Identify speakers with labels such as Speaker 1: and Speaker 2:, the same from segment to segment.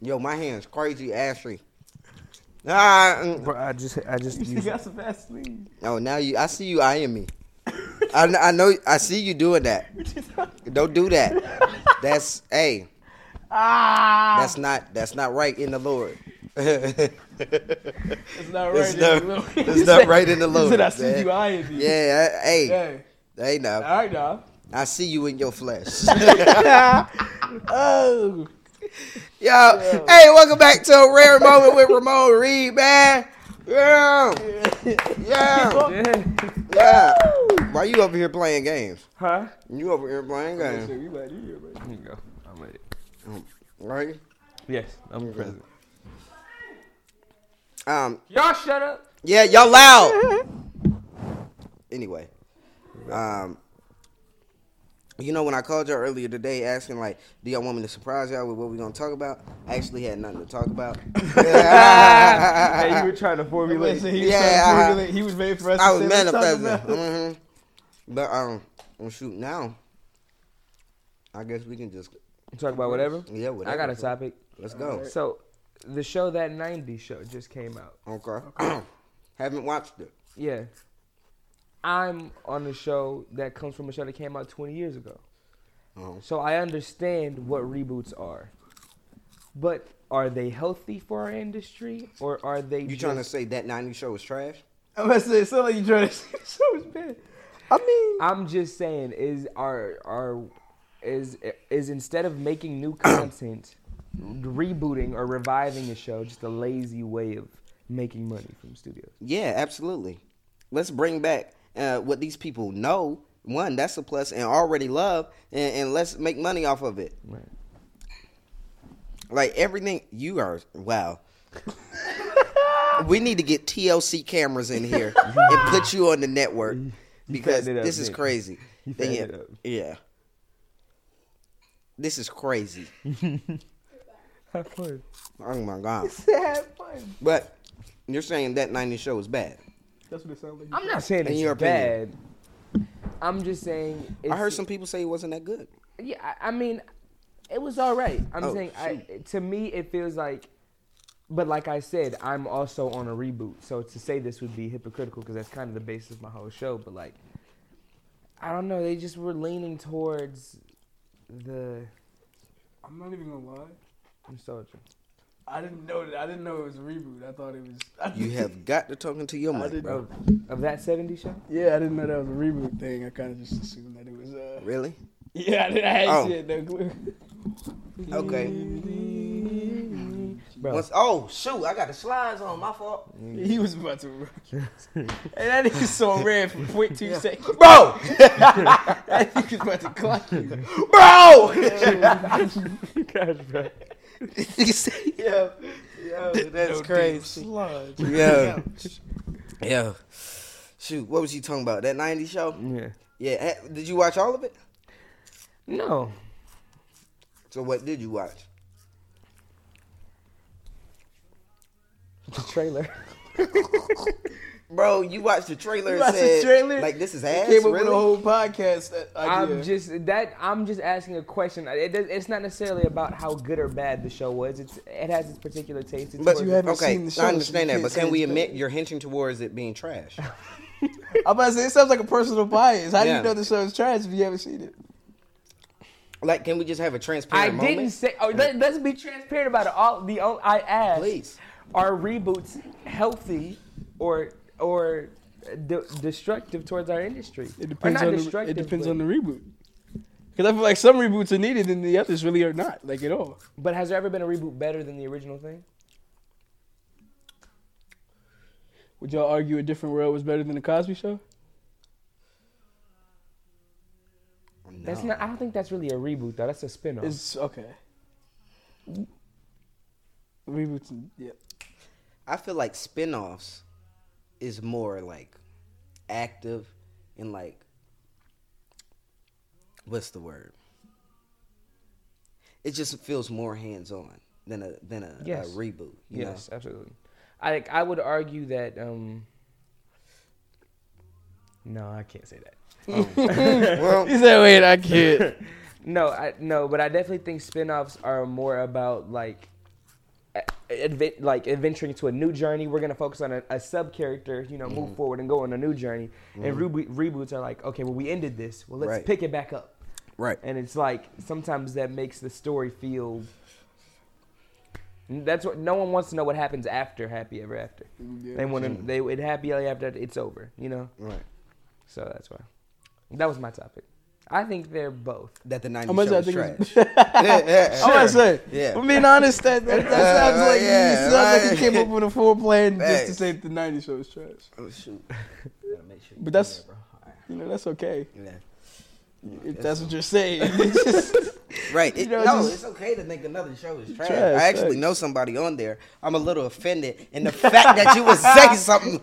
Speaker 1: Yo, my hands crazy, Ashley. Ah, mm.
Speaker 2: Bro, I just, I just
Speaker 3: You
Speaker 2: used
Speaker 3: got some Vaseline.
Speaker 1: oh, now you. I see you eyeing me. I, kn- I know. I see you doing that. Don't do that. That's hey.
Speaker 3: ah,
Speaker 1: That's not. That's not right in the Lord.
Speaker 3: it's not right.
Speaker 1: It's
Speaker 3: in the
Speaker 1: not-
Speaker 3: Lord.
Speaker 1: it's
Speaker 3: You
Speaker 1: not
Speaker 3: said-
Speaker 1: right in the
Speaker 3: you
Speaker 1: Lord,
Speaker 3: said I see
Speaker 1: man.
Speaker 3: you eyeing me.
Speaker 1: Yeah. I- Hey.
Speaker 3: Hey,
Speaker 1: Hey now.
Speaker 3: all right now.
Speaker 1: I see you in your flesh.
Speaker 3: Oh,
Speaker 1: Yo, hey, welcome back to a rare moment with Ramon Reed, man. Yeah, yeah,
Speaker 2: it.
Speaker 1: yeah. Why you over here playing games?
Speaker 2: Huh?
Speaker 1: You over here playing games,
Speaker 3: Shit, we might be here, bro.
Speaker 2: Here you go. I'm ready.
Speaker 1: right?
Speaker 2: Yes, I'm present.
Speaker 1: Um,
Speaker 3: Y'all shut up.
Speaker 1: yeah, y'all loud. Anyway, um, you know when I called y'all earlier today asking like, do y'all want me to surprise y'all with what we gonna talk about? I actually had nothing to talk about.
Speaker 2: Hey, you were trying to formulate.
Speaker 3: Listen, he was
Speaker 1: Yeah,
Speaker 3: trying to
Speaker 1: I-
Speaker 3: formulate- he was ready for us.
Speaker 1: I
Speaker 3: to
Speaker 1: was
Speaker 3: say, "Let's talk
Speaker 1: manifesting.
Speaker 3: about-"
Speaker 1: hmm But um, well, shoot, now I guess we can just
Speaker 2: Talk about whatever.
Speaker 1: yeah. Whatever.
Speaker 2: I got a topic.
Speaker 1: Let's go.
Speaker 2: So, the show that '90s show just came out.
Speaker 1: Okay. Haven't watched it.
Speaker 2: Yeah. I'm on a show that comes from a show that came out 20 years ago.
Speaker 1: Uh-huh.
Speaker 2: So I understand what reboots are. But are they healthy for our industry or are they
Speaker 1: You
Speaker 2: just,
Speaker 1: trying to say that '90s show was trash?
Speaker 3: I'm gonna say, it sound like you trying to say so much bad. I mean,
Speaker 2: I'm just saying is our our is is instead of making new content rebooting or reviving a show just a lazy way of making money from studios.
Speaker 1: Yeah, absolutely. Let's bring back uh, what these people know. One, that's a plus, and already love, and, and let's make money off of it.
Speaker 2: Right.
Speaker 1: Like everything you are wow. we need to get TLC cameras in here and put you on the network because
Speaker 2: fattened it up,
Speaker 1: this is
Speaker 2: Nick.
Speaker 1: crazy.
Speaker 2: You
Speaker 1: yeah,
Speaker 2: fattened it up.
Speaker 1: yeah. This is crazy.
Speaker 2: Have fun.
Speaker 1: Oh my god.
Speaker 3: have fun.
Speaker 1: But you're saying that 90s show is bad.
Speaker 3: That's what it sounds like.
Speaker 2: I'm not saying
Speaker 1: In
Speaker 2: it's
Speaker 1: your
Speaker 2: bad.
Speaker 1: opinion.
Speaker 2: I'm just saying it's
Speaker 1: I heard some people say it wasn't that good.
Speaker 2: Yeah, I, I mean, it was all right. I'm
Speaker 1: Oh,
Speaker 2: saying, I, to me, it feels like. But like I said, I'm also on a reboot, so to say this would be hypocritical because that's kind of the basis of my whole show. But like, I don't know. They just were leaning towards the
Speaker 3: I'm not even gonna lie.
Speaker 2: nostalgia.
Speaker 3: I didn't know that. I didn't know it was a reboot. I thought it was. I
Speaker 1: You have got to talking to your
Speaker 3: I
Speaker 1: mic,
Speaker 3: didn't-
Speaker 1: bro.
Speaker 2: Of, of that 70 show?
Speaker 3: Yeah, I didn't know that was a reboot thing. I kind of just assumed that it was. Uh,
Speaker 1: Really?
Speaker 3: yeah, I didn't. I
Speaker 1: Oh.
Speaker 3: actually had no clue.
Speaker 1: Okay.
Speaker 2: Bro.
Speaker 1: Once- oh shoot, I got the slides on. My fault,
Speaker 3: He was about to rock. and that nigga so red for 0.2 seconds.
Speaker 1: bro.
Speaker 3: That nigga's about to clock you.
Speaker 1: Bro.
Speaker 2: Gosh, bro.
Speaker 1: yo, yo, that's
Speaker 3: No damn
Speaker 1: crazy.
Speaker 3: sludge.
Speaker 1: Yeah. Yeah. Shoot, what was you talking about? That 90s show?
Speaker 2: Yeah.
Speaker 1: Yeah. eh, Did you watch all of it?
Speaker 2: No.
Speaker 1: So what did you watch?
Speaker 2: The trailer.
Speaker 1: Bro, you watched the trailer
Speaker 3: You
Speaker 1: and
Speaker 3: watched the
Speaker 1: said,
Speaker 3: trailer?
Speaker 1: like, this is
Speaker 3: He
Speaker 1: ass,
Speaker 3: came up
Speaker 1: really?
Speaker 3: with a whole podcast that idea.
Speaker 2: I'm just that I'm just asking a question. It, does- it's not necessarily about how good or bad the show was. It's it has its particular taste. It's
Speaker 1: but
Speaker 2: what-
Speaker 3: you haven't
Speaker 1: okay,
Speaker 3: seen the show, so
Speaker 1: I
Speaker 3: you
Speaker 1: understand that,
Speaker 3: can't
Speaker 1: but
Speaker 3: say
Speaker 1: can we
Speaker 3: it's bad.
Speaker 1: admit you're hinting towards it being trash?
Speaker 3: I'm about to say it sounds like a personal bias. How do
Speaker 1: Yeah.
Speaker 3: you know the show is trash if you haven't seen it?
Speaker 1: like, can we just have a transparent
Speaker 2: I
Speaker 1: moment?
Speaker 2: didn't say. Oh, let, let's be transparent about it. All the only, I asked.
Speaker 1: Please.
Speaker 2: Are reboots healthy or or de- destructive towards our industry? Or
Speaker 3: It depends
Speaker 2: not
Speaker 3: on the, it
Speaker 2: destructive,
Speaker 3: depends
Speaker 2: but-
Speaker 3: on the reboot. Because I feel like some reboots are needed and the others really are not, like at all.
Speaker 2: But has there ever been a reboot better than the original thing?
Speaker 3: Would y'all argue a different world was better than the Cosby Show?
Speaker 2: That's
Speaker 1: No.
Speaker 2: not. I don't think that's really a reboot though. That's a spinoff.
Speaker 3: It's okay. Reboots, and- yeah.
Speaker 1: I feel like spin-offs is more like active and like what's the word? It just feels more hands-on than a than a,
Speaker 2: Yes.
Speaker 1: a reboot. You
Speaker 2: Yes, absolutely. I like, I would argue that. Um, no, I can't say that.
Speaker 1: Know? well,
Speaker 3: He said, wait, I can't.
Speaker 2: No, I no, but I definitely think spin-offs are more about like a- advent, like adventuring to a new journey. We're gonna focus on a, a sub character, you know,
Speaker 1: Mm-hmm.
Speaker 2: move forward and go on a new journey. And rebo- reboots are like, okay, well we ended this. Well, let's
Speaker 1: Right.
Speaker 2: pick it back up.
Speaker 1: Right.
Speaker 2: And it's like sometimes that makes the story feel. That's what no one wants to know what happens after Happy Ever After. they want to. They it Happy Ever After. It's over. You know.
Speaker 1: Right.
Speaker 2: So that's why. That was my topic. I think they're both.
Speaker 1: That the
Speaker 3: How
Speaker 1: 90s
Speaker 3: much
Speaker 1: show
Speaker 3: I
Speaker 1: was
Speaker 3: think?
Speaker 1: trash.
Speaker 3: it's- I'm gonna say.
Speaker 1: Yeah.
Speaker 3: I'm being honest. That, that, that
Speaker 1: Yeah,
Speaker 3: sounds like
Speaker 1: yeah,
Speaker 3: it sounds like
Speaker 1: right.
Speaker 3: you came up with a full plan just to
Speaker 1: Thanks.
Speaker 3: say that the '90s show is trash.
Speaker 1: oh, shoot.
Speaker 4: Gotta make sure you
Speaker 3: But that's-
Speaker 4: do that, bro. Alright.
Speaker 3: You know that's okay
Speaker 1: Yeah.
Speaker 3: if
Speaker 1: That's
Speaker 3: that's what you're saying. It's just-
Speaker 1: Right.
Speaker 3: You
Speaker 1: It-
Speaker 3: know,
Speaker 1: no,
Speaker 3: just-
Speaker 1: it's okay to think another show is trash.
Speaker 3: Trash,
Speaker 1: I actually
Speaker 3: thanks.
Speaker 1: know somebody on there. I'm a little offended. And the fact that you would say something.
Speaker 2: And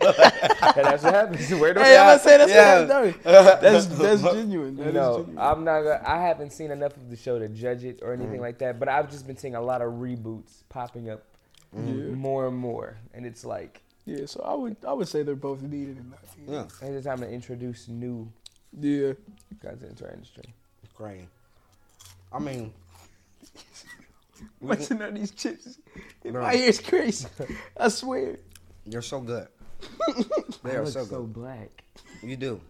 Speaker 2: that's what happens. Where do
Speaker 3: hey, I'm gonna
Speaker 2: I?
Speaker 3: say that's
Speaker 1: Yeah.
Speaker 3: what I'm doing. That's that's genuine. That is
Speaker 2: No,
Speaker 3: genuine.
Speaker 2: I'm not. Gonna, I haven't seen enough of the show to judge it or
Speaker 3: Mm.
Speaker 2: anything like that. But I've just been seeing a lot of reboots popping up
Speaker 3: Yeah.
Speaker 2: more and more, and it's like
Speaker 3: yeah, so I would I would say they're both needed in that.
Speaker 1: yeah.
Speaker 2: it's time to introduce new
Speaker 3: Yeah.
Speaker 1: Mm-hmm.
Speaker 2: guys into our industry.
Speaker 1: Crying. I mean,
Speaker 3: Watching all these chips,
Speaker 1: Bro.
Speaker 3: my ears crazy. I swear.
Speaker 1: you're so good. They
Speaker 2: I
Speaker 1: are
Speaker 2: look
Speaker 1: so
Speaker 2: so,
Speaker 1: good.
Speaker 2: black.
Speaker 1: you do.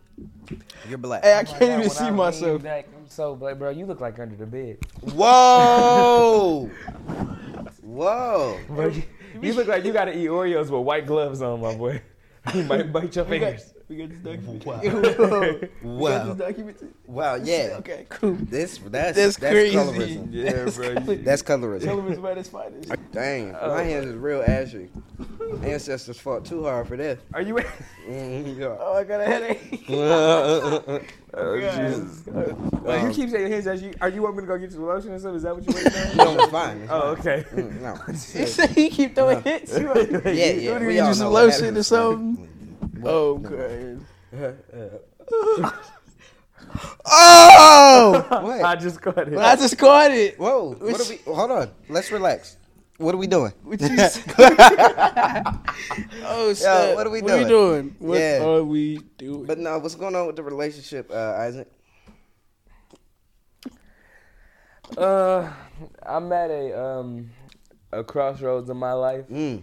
Speaker 1: You're black.
Speaker 3: Hey, I
Speaker 2: Oh my
Speaker 3: can't
Speaker 2: God,
Speaker 3: even
Speaker 2: when
Speaker 3: see
Speaker 2: I lean
Speaker 3: myself.
Speaker 2: back, I'm so black, bro. You look like under the bed.
Speaker 1: Whoa! Whoa!
Speaker 2: Bro, you, you look like you gotta eat Oreos with white gloves on, my boy. You might bite your
Speaker 3: We got,
Speaker 2: fingers.
Speaker 3: we got this document.
Speaker 1: Wow.
Speaker 3: We got this
Speaker 1: Wow!
Speaker 3: document.
Speaker 1: Wow! Yeah.
Speaker 3: Okay, cool.
Speaker 1: This that's that's,
Speaker 3: That's crazy.
Speaker 1: colorism.
Speaker 2: Yeah, bro. you-
Speaker 1: That's colorism.
Speaker 3: Television by its finest.
Speaker 1: Dang,
Speaker 2: Oh.
Speaker 1: my hands is real ashy. Ancestors fought too hard for this.
Speaker 2: Are you?
Speaker 1: Mhm, yeah.
Speaker 3: Oh, I got a headache.
Speaker 2: Oh,
Speaker 3: Yeah.
Speaker 2: Jesus. Well,
Speaker 1: Oh.
Speaker 2: you keep saying your hands as you. Are you want me to go get you some lotion or something? Is that what you want to know?
Speaker 1: no, it's fine. It's
Speaker 2: oh, okay.
Speaker 1: fine. Mm, no.
Speaker 3: You say you keep throwing hits. You want
Speaker 1: Yeah, Oh,
Speaker 3: you
Speaker 1: yeah.
Speaker 3: wanna
Speaker 1: We
Speaker 3: get
Speaker 1: all
Speaker 3: you
Speaker 1: know
Speaker 3: some
Speaker 1: what
Speaker 3: lotion
Speaker 1: happened.
Speaker 3: or something? Oh, God. Oh!
Speaker 1: What?
Speaker 2: I just caught it.
Speaker 3: I just caught it.
Speaker 1: Whoa! What are we? Hold on. Let's relax. What are we doing?
Speaker 3: What you s- oh, snap.
Speaker 1: what are we
Speaker 3: What,
Speaker 1: doing?
Speaker 3: doing? what
Speaker 1: Yeah.
Speaker 3: are we doing?
Speaker 1: But no, what's going on with the relationship, uh, Isaac?
Speaker 2: Uh, I'm at a um a crossroads in my life
Speaker 1: Mm.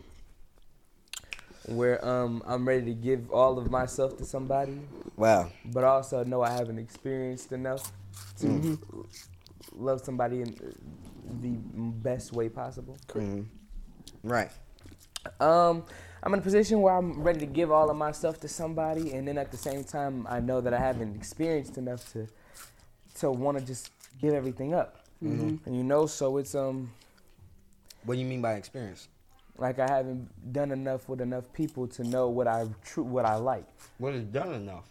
Speaker 2: where um I'm ready to give all of myself to somebody,
Speaker 1: Wow.
Speaker 2: but also know I haven't experienced enough to love somebody in the best way possible.
Speaker 1: Mhm. Right.
Speaker 2: Um, I'm in a position where I'm ready to give all of myself to somebody, and then at the same time, I know that I haven't experienced enough to to want to just give everything up. And you know, so it's um
Speaker 1: What do you mean by experience?
Speaker 2: like I haven't done enough with enough people to know what I true what I like.
Speaker 1: What is done enough?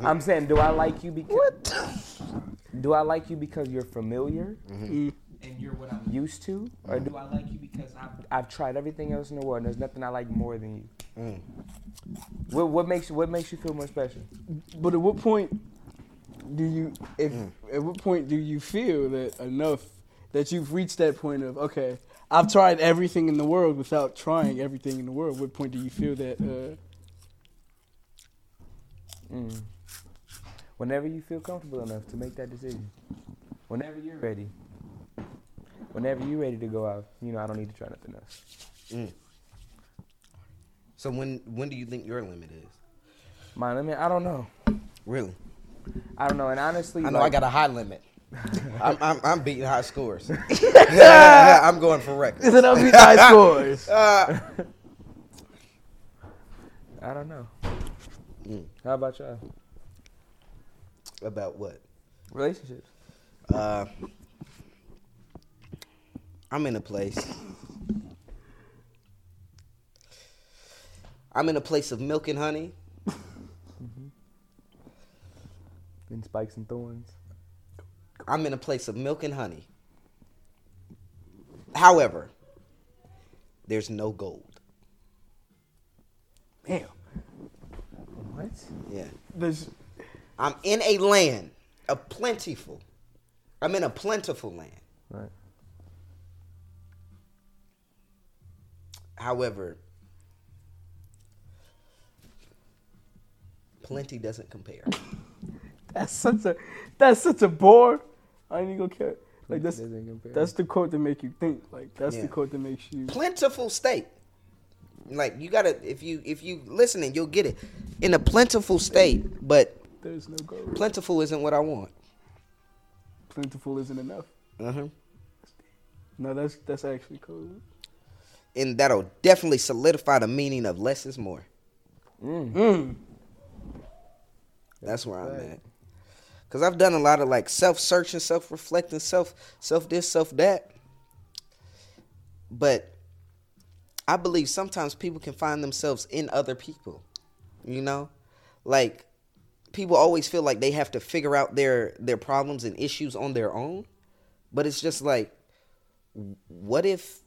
Speaker 2: I'm saying, do I like you because do I like you because you're familiar
Speaker 1: Mm-hmm.
Speaker 2: and you're what I'm Mm-hmm. used to, or do I like you because I've I've tried everything else in the world and there's nothing I like more than you?
Speaker 1: Mm.
Speaker 2: What what makes you what makes you feel more special?
Speaker 3: But at what point do you if
Speaker 1: Mm.
Speaker 3: at what point do you feel that enough that you've reached that point of okay, I've tried everything in the world without trying everything in the world. What point do you feel that uh,
Speaker 2: Mm. Whenever you feel comfortable enough to make that decision. Whenever you're ready. Whenever you're ready to go out, you know, I don't need to try nothing else.
Speaker 1: So when when do you think your limit is?
Speaker 2: My limit, I don't know.
Speaker 1: Really?
Speaker 2: I don't know. And honestly,
Speaker 1: I know I
Speaker 2: like,
Speaker 1: got a high limit. I'm, I'm, I'm beating high scores. I'm going for records.
Speaker 3: is it up high scores?
Speaker 1: Uh,
Speaker 2: I don't know.
Speaker 1: Mm.
Speaker 2: How about y'all?
Speaker 1: about what?
Speaker 2: Relationships.
Speaker 1: Uh, I'm in a place. I'm in a place of milk and honey.
Speaker 2: And spikes and thorns.
Speaker 1: I'm in a place of milk and honey. However, there's no gold.
Speaker 3: Damn.
Speaker 2: What?
Speaker 1: Yeah.
Speaker 3: There's
Speaker 1: I'm in a land, a plentiful. I'm in a plentiful land.
Speaker 2: Right.
Speaker 1: However, plenty doesn't compare.
Speaker 3: That's such a that's such a bore. I ain't even gonna care. Like that's
Speaker 2: Doesn't compare.
Speaker 3: that's the quote that make you think. Like that's
Speaker 1: Yeah.
Speaker 3: the quote that makes you.
Speaker 1: plentiful state. Like you gotta, if you if you listening, you'll get it. In a plentiful state, but
Speaker 3: There's no goal.
Speaker 1: plentiful isn't what I want.
Speaker 3: Plentiful isn't enough.
Speaker 1: Uh-huh.
Speaker 3: No, that's that's actually cool.
Speaker 1: And that'll definitely solidify the meaning of less is more.
Speaker 2: Mm.
Speaker 3: Mm.
Speaker 1: That's where I'm
Speaker 2: Right.
Speaker 1: at. Cause I've done a lot of like self searching, self reflecting, self self this, self that. But I believe sometimes people can find themselves in other people. You know? Like people always feel like they have to figure out their their problems and issues on their own. But it's just like what if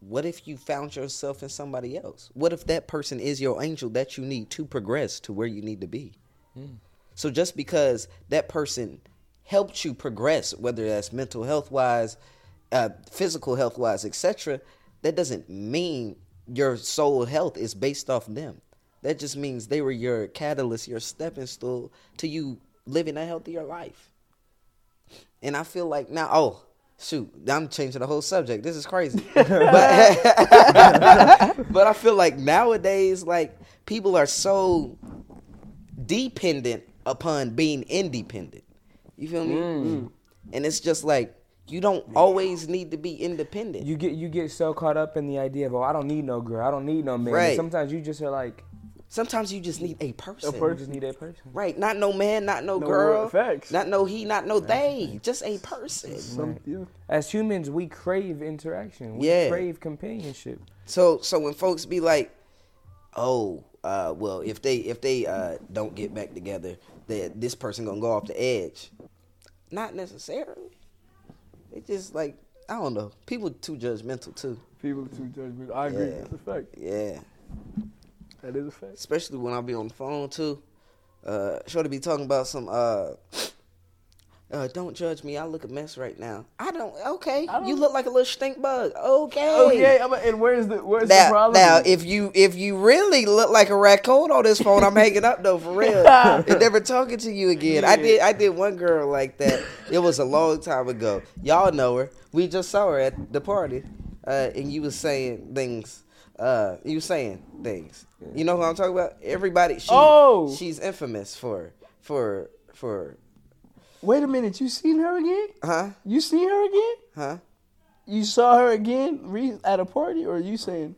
Speaker 1: what if you found yourself in somebody else? What if that person is your angel that you need to progress to where you need to be? So just because that person helped you progress, whether that's mental health wise, uh, physical health wise, etc., that doesn't mean your soul health is based off them. That just means they were your catalyst, your stepping stool to you living a healthier life. And I feel like now, oh shoot, I'm changing the whole subject. This is crazy. but, but I feel like nowadays, like people are so dependent upon being independent. You feel me? Mm. And it's just like you don't always need to be independent.
Speaker 2: You get you get so caught up in the idea of oh I don't need no girl I don't need no man.
Speaker 1: Right.
Speaker 2: Sometimes you just are like
Speaker 1: Sometimes you just need a person.
Speaker 2: you just need a person.
Speaker 1: Right, not no man, not no,
Speaker 3: No,
Speaker 1: girl,
Speaker 3: facts.
Speaker 1: not no he, not no they, just a person.
Speaker 3: Some, yeah.
Speaker 2: As humans, we crave interaction. We
Speaker 1: Yeah.
Speaker 2: crave companionship.
Speaker 1: So so when folks be like, oh, uh, well if they if they uh, don't get back together, that this person gonna go off the edge. Not necessarily. It just like I don't know. People too judgmental too.
Speaker 3: People are too judgmental. I agree.
Speaker 1: Yeah.
Speaker 3: That's a fact.
Speaker 1: Yeah,
Speaker 3: That is a fact.
Speaker 1: especially when I be on the phone too. Uh, sure to be talking about some. Uh, uh, don't judge me. I look a mess right now. I don't. Okay,
Speaker 3: I don't-
Speaker 1: you look like a little stink bug. Okay.
Speaker 3: Okay, Oh, I'm a, and where's the where's the
Speaker 1: Now,
Speaker 3: problem?
Speaker 1: now, if you if you really look like a raccoon on this phone, I'm hanging up though for real. and never talking to you again. I did I did one girl like that. It was a long time ago. Y'all know her. We just saw her at the party, uh, and you was saying things. Uh, you was saying things. You know who I'm talking about? Everybody. She,
Speaker 3: Oh!
Speaker 1: she's infamous for for for
Speaker 3: Wait a minute, you seen her again?
Speaker 1: huh
Speaker 3: You seen her again?
Speaker 1: huh.
Speaker 3: You saw her again re- at a party, or you saying?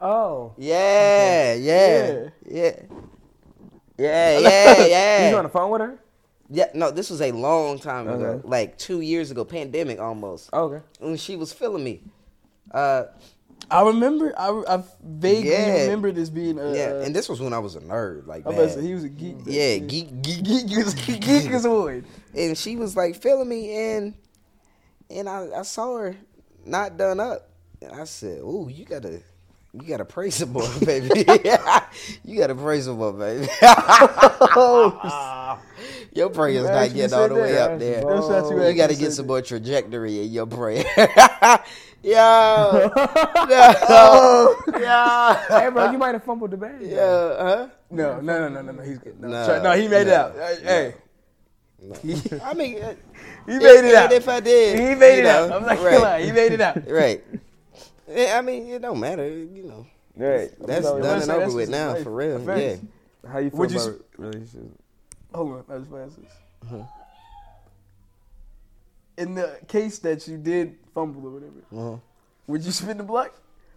Speaker 2: Oh,
Speaker 1: Yeah, yeah, yeah, yeah, yeah, yeah.
Speaker 2: you on the phone with her?
Speaker 1: Yeah, no, this was a long time ago,
Speaker 3: Uh-huh.
Speaker 2: Okay.
Speaker 1: like two years ago, pandemic almost.
Speaker 2: Oh, okay.
Speaker 1: When she was feeling me, uh,
Speaker 3: I remember. I, re- I vaguely
Speaker 1: Yeah.
Speaker 3: remember this being. A,
Speaker 1: yeah,
Speaker 3: uh,
Speaker 1: and this was when I was a nerd, like
Speaker 3: I was about
Speaker 1: bad.
Speaker 3: to say, he was a geek.
Speaker 1: yeah, geek, geek, geek, geek,
Speaker 3: geek is void.
Speaker 1: and she was like feeling me, and and I, I saw her not done up, and I said, "Ooh, you gotta." You gotta praise some more, baby. you gotta praise some more, baby. your prayer's
Speaker 3: Glad
Speaker 1: not
Speaker 3: you
Speaker 1: getting all
Speaker 3: said
Speaker 1: the way
Speaker 3: that.
Speaker 1: up there.
Speaker 3: That's what you
Speaker 1: you
Speaker 3: actually
Speaker 1: gotta
Speaker 3: said
Speaker 1: get some
Speaker 3: that.
Speaker 1: more trajectory in your prayer. yo, no, yo,
Speaker 2: hey, bro, you might have fumbled the bag.
Speaker 1: yo, huh?
Speaker 3: No, no, no, no, no, no. He's good. No,
Speaker 1: No,
Speaker 3: try- no, he made
Speaker 1: no,
Speaker 3: it out. Hey, Hey,
Speaker 1: I mean, uh,
Speaker 3: he made it
Speaker 1: even
Speaker 3: out.
Speaker 1: If I did,
Speaker 3: He made
Speaker 1: you
Speaker 3: it out.
Speaker 1: know,
Speaker 3: I'm not gonna
Speaker 1: right.
Speaker 3: lie. He made it out.
Speaker 1: right. Yeah, I mean, it don't matter, you know.
Speaker 2: Right.
Speaker 1: That's
Speaker 3: telling you,
Speaker 1: done
Speaker 3: that's-
Speaker 1: and over
Speaker 3: that's
Speaker 1: with
Speaker 3: just
Speaker 1: now,
Speaker 3: life.
Speaker 1: for real.
Speaker 3: Facts.
Speaker 1: Yeah.
Speaker 2: How you feel
Speaker 3: Would you
Speaker 2: about
Speaker 3: s-
Speaker 2: relationships?
Speaker 3: Hold on, I was fast.
Speaker 1: Uh-huh.
Speaker 3: In the case that you did fumble or whatever,
Speaker 1: Uh-huh.
Speaker 3: would you spin the block?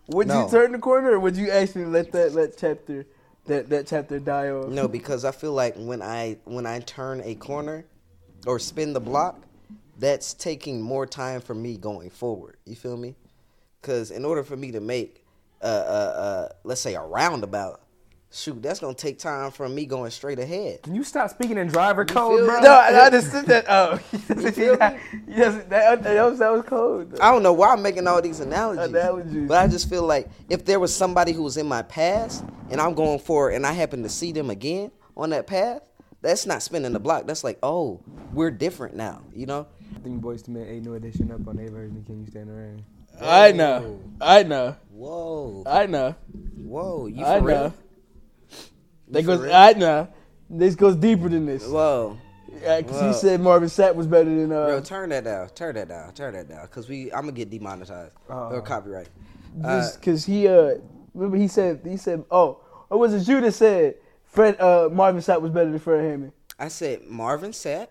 Speaker 3: Would
Speaker 1: No.
Speaker 3: you turn the corner, or would you actually let that let chapter that that chapter die off?
Speaker 1: No, because I feel like when I when I turn a corner or spin the block, that's taking more time for me going forward. You feel me? Because in order for me to make uh, uh, uh, let's say a roundabout, shoot, that's gonna take time from me going straight ahead.
Speaker 2: Can you stop speaking in driver
Speaker 1: feel
Speaker 2: code, bro?
Speaker 1: me?
Speaker 3: No, I, I just said that. Oh,
Speaker 1: feel me?
Speaker 3: yes, that, that was that was cold. though.
Speaker 1: I don't know why I'm making all these analogies,
Speaker 3: Analogies.
Speaker 1: but I just feel like if there was somebody who was in my past and I'm going for it and I happen to see them again on that path, that's not spinning the block. That's like, oh, we're different now, you know?
Speaker 2: I think Boys to Men ain't no edition up on their version. Can you stand around?
Speaker 3: I know, I know,
Speaker 1: Whoa,
Speaker 3: I know,
Speaker 1: whoa, you for
Speaker 3: I know.
Speaker 1: real?
Speaker 3: That goes
Speaker 1: real?
Speaker 3: I nah. This goes deeper than this.
Speaker 1: Whoa.
Speaker 3: Yeah, 'cause
Speaker 1: Whoa.
Speaker 3: he said Marvin Sapp was better than uh,
Speaker 1: Bro, turn that down. Turn that down. Turn that down. Cause we, I'm gonna get demonetized
Speaker 3: Oh.
Speaker 1: or copyright. Uh,
Speaker 3: Just because he, uh, remember he said, he said, oh, or was it you that said Fred, uh, Marvin Sapp was better than Fred Hammond?
Speaker 1: I said Marvin Sapp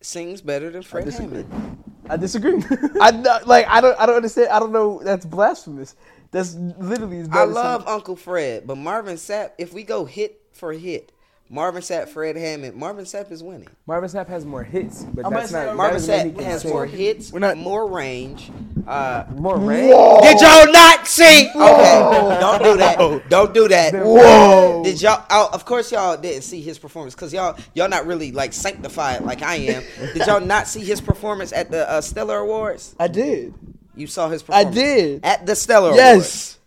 Speaker 1: sings better than Fred
Speaker 3: disagree.
Speaker 1: Hammond.
Speaker 3: I disagree. I not- like, I don't, I don't understand. I don't know. That's blasphemous. That's literally. As bad
Speaker 1: I
Speaker 3: as some-
Speaker 1: love Uncle Fred, but Marvin Sapp. If we go hit for hit, Marvin Sapp, Fred Hammond, Marvin Sapp is winning.
Speaker 2: Marvin Sapp has more hits, but
Speaker 3: I'm
Speaker 2: that's
Speaker 3: about to say,
Speaker 2: not.
Speaker 1: Marvin
Speaker 2: that doesn't mean
Speaker 1: Sapp
Speaker 2: he can
Speaker 1: has
Speaker 2: sing.
Speaker 1: more hits,
Speaker 3: We're not-
Speaker 1: more range. Uh,
Speaker 2: More range.
Speaker 1: Did y'all not see? Okay, don't do that. Don't do that.
Speaker 3: Whoa.
Speaker 1: Did y'all? Oh, of course, y'all didn't see his performance because y'all y'all not really like sanctified like I am. Did y'all not see his performance at the uh, Stellar Awards?
Speaker 3: I did.
Speaker 1: You saw his
Speaker 3: I
Speaker 1: performance.
Speaker 3: did.
Speaker 1: at the
Speaker 3: Oh,
Speaker 1: Stellar Awards.
Speaker 3: yes.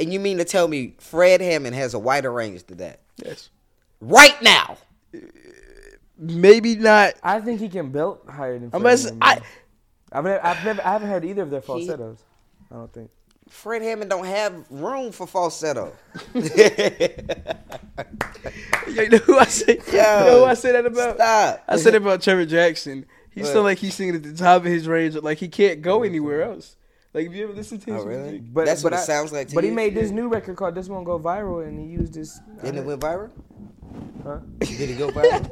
Speaker 1: And you mean to tell me Fred Hammond has a wider range than that?
Speaker 3: Yes.
Speaker 1: Right now.
Speaker 3: Maybe not.
Speaker 2: I think he can belt higher than. Fred
Speaker 3: I'm about to say-
Speaker 2: Hammond.
Speaker 3: I,
Speaker 2: I've never, I've never, I haven't heard either of their falsettos. I don't think.
Speaker 1: Fred Hammond don't have room for falsetto.
Speaker 3: you know who I said? you know who I said that about?
Speaker 1: Stop.
Speaker 3: I said about Trevor Jackson. He
Speaker 1: What?
Speaker 3: still like he's singing at the top of his range, like he can't go anywhere else. Like if you ever listen to his
Speaker 1: Oh, really?
Speaker 3: music,
Speaker 1: But, That's what it sounds like to
Speaker 2: But he
Speaker 1: you?
Speaker 2: made this new record called "This Won't Go Viral" and he used this.
Speaker 1: Didn't it went viral?
Speaker 2: Huh?
Speaker 1: Did it go viral?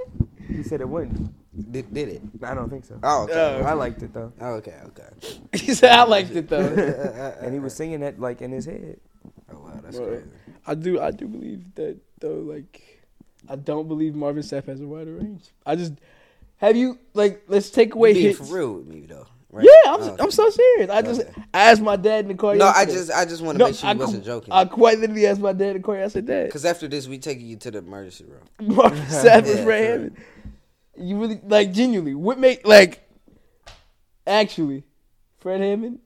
Speaker 2: He said it wouldn't.
Speaker 1: did, did it?
Speaker 2: I don't think so.
Speaker 1: Oh, okay.
Speaker 2: I liked it though,
Speaker 1: Oh, okay, okay.
Speaker 3: uh, he said I liked it
Speaker 1: uh,
Speaker 3: though.
Speaker 2: and he was singing it like in his head.
Speaker 1: Oh, wow, that's
Speaker 3: Right.
Speaker 1: crazy.
Speaker 3: I do, I do believe that though. Like I don't believe Marvin Sapp has a wider range. I just have you like let's take away
Speaker 1: Being
Speaker 3: hits.
Speaker 1: for real with me though. right?
Speaker 3: Yeah, I'm,
Speaker 1: Oh,
Speaker 3: I'm so serious. I just
Speaker 1: Okay.
Speaker 3: I asked my dad in the car.
Speaker 1: No, I
Speaker 3: yesterday.
Speaker 1: just I just want to
Speaker 3: No,
Speaker 1: make sure you
Speaker 3: I
Speaker 1: wasn't
Speaker 3: qu-
Speaker 1: joking.
Speaker 3: I quite literally asked my dad in the car. I said, Dad,
Speaker 1: Because after this, we taking you to the emergency room.
Speaker 3: Marvin Sapp
Speaker 1: Yeah, true.
Speaker 3: is Fred Hammond. You really like genuinely. What make like actually Fred Hammond?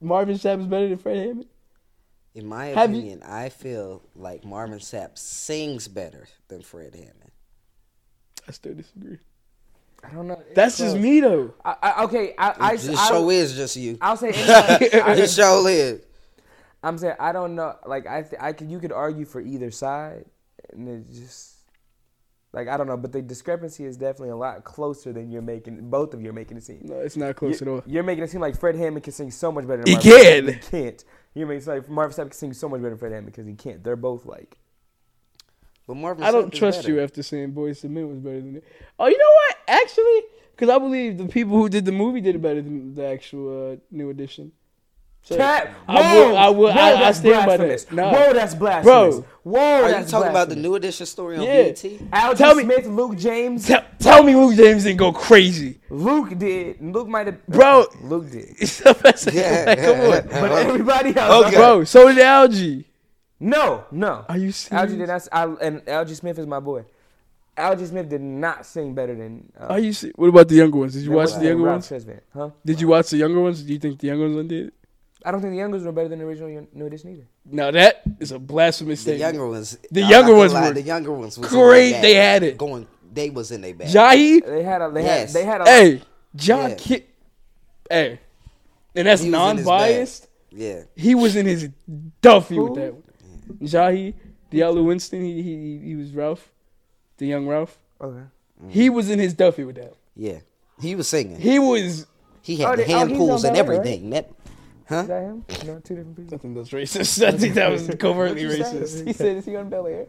Speaker 3: Marvin Sapp is better than Fred Hammond.
Speaker 1: In my
Speaker 3: Have you-
Speaker 1: opinion, I feel like Marvin Sapp sings better than Fred Hammond.
Speaker 3: I still disagree.
Speaker 2: I don't know. It's
Speaker 3: That's just
Speaker 2: close.
Speaker 3: me though.
Speaker 2: I, I, okay, I, I,
Speaker 1: the
Speaker 2: I,
Speaker 1: show is just you.
Speaker 2: I'll say anybody- I-
Speaker 1: the show is.
Speaker 2: I'm saying I don't know. Like I, th- I could you could argue for either side, and it just like I don't know. But the discrepancy is definitely a lot closer than you're making. Both of you are making it seem.
Speaker 3: No, it's not close at all.
Speaker 2: You're making it seem like Fred Hammond can sing so much better. than
Speaker 3: He
Speaker 2: Marvin Sapp.
Speaker 3: can.
Speaker 2: He can't. You're making it seem like Marvin Sapp can sing so much better than Fred Hammond because he can't. They're both like.
Speaker 1: But Marvin
Speaker 3: I don't
Speaker 1: Sapp is
Speaker 3: trust
Speaker 1: better.
Speaker 3: you after saying Boys to Men was better than it. Oh, you know what? Actually, because I believe the people who did the movie did it better than the actual uh, new edition. So
Speaker 2: Cat,
Speaker 3: I
Speaker 2: whoa,
Speaker 3: will. I will.
Speaker 2: whoa,
Speaker 3: I, I
Speaker 2: that's
Speaker 3: stand by
Speaker 2: blasphemous.
Speaker 3: that. No.
Speaker 2: Whoa, that's blasphemous.
Speaker 3: Bro.
Speaker 2: whoa,
Speaker 1: Are you
Speaker 2: that's
Speaker 1: talking about the
Speaker 2: blasphemous.
Speaker 1: new edition story on E
Speaker 3: Yeah.
Speaker 1: BET?
Speaker 2: Algie
Speaker 3: Tell me-
Speaker 2: Smith, Luke James,
Speaker 3: Tell, tell me Luke James didn't go crazy.
Speaker 2: Luke did. Luke might have.
Speaker 3: Bro.
Speaker 2: Luke did.
Speaker 1: Yeah.
Speaker 3: Like, come on.
Speaker 2: But everybody else.
Speaker 1: Okay.
Speaker 3: Bro, so did Algie.
Speaker 2: No, no.
Speaker 3: Are you
Speaker 2: Algie did
Speaker 3: serious?
Speaker 2: not. s- I, and Algie Smith is my boy. Algie Smith did not sing better than. Uh,
Speaker 3: Are you see- What about the younger ones? Did you watch the younger
Speaker 2: Rob
Speaker 3: ones?
Speaker 2: Tresvant, huh?
Speaker 3: Did you watch the younger ones? Do you think the younger ones undid?
Speaker 2: I don't think the youngers were better than the original Yo- New Edition either.
Speaker 3: Now that is a blasphemous
Speaker 1: The
Speaker 3: statement.
Speaker 1: younger ones.
Speaker 3: The
Speaker 1: I'm
Speaker 3: younger
Speaker 1: not gonna
Speaker 3: ones
Speaker 1: lie,
Speaker 3: were
Speaker 1: The younger ones was
Speaker 3: great.
Speaker 1: In their bag.
Speaker 3: They had it.
Speaker 1: Going. They was in their bag.
Speaker 3: Jahi,
Speaker 2: They had a. They
Speaker 1: Yes.
Speaker 2: had. They had a.
Speaker 3: hey, John
Speaker 1: Yeah.
Speaker 3: Ki- hey, and that's
Speaker 1: He was in his
Speaker 3: non-biased.
Speaker 1: Yeah.
Speaker 3: He was in his Duffy
Speaker 2: Who?
Speaker 3: with that one. Jahi, Diallo Winston, he, he he was Ralph, the young Ralph.
Speaker 2: Okay.
Speaker 3: He
Speaker 1: Mm-hmm.
Speaker 3: was in his Duffy with that. one.
Speaker 1: Yeah. He was singing.
Speaker 3: He was
Speaker 1: He
Speaker 2: Oh,
Speaker 1: had
Speaker 2: they- oh,
Speaker 1: hand
Speaker 2: he's on
Speaker 1: pulls and
Speaker 2: that one, right?
Speaker 1: everything. That.
Speaker 2: Is that him? No, two different people.
Speaker 3: nothing that's racist. I think that was covertly racist.
Speaker 2: He said, "Is he on Bel Air?"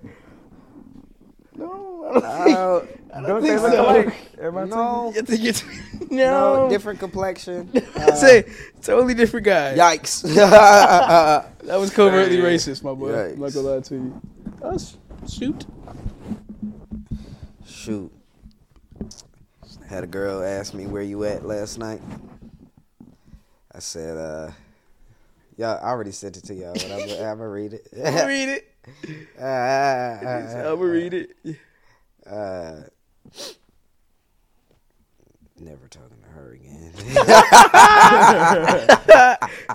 Speaker 3: No, I don't think.
Speaker 1: Oh,
Speaker 3: I
Speaker 2: Don't
Speaker 3: don't
Speaker 2: they
Speaker 3: think
Speaker 2: look
Speaker 3: so.
Speaker 2: alike? Am I
Speaker 1: no.
Speaker 3: You think it's
Speaker 1: No.
Speaker 3: no,
Speaker 1: Different complexion. Uh,
Speaker 3: I say totally different guy.
Speaker 1: Yikes.
Speaker 3: that was covertly
Speaker 1: Yeah.
Speaker 3: racist, my boy.
Speaker 1: Yikes.
Speaker 3: I'm not gonna lie to you. Us shoot.
Speaker 1: Shoot. Had a girl ask me where you at last night. I said, uh, y'all, I already sent it to y'all, but I'm gonna read it. Ah,
Speaker 3: I'ma read
Speaker 1: I'ma
Speaker 3: it.
Speaker 1: ah,
Speaker 3: I'ma read it.
Speaker 1: Uh, never talking to her again.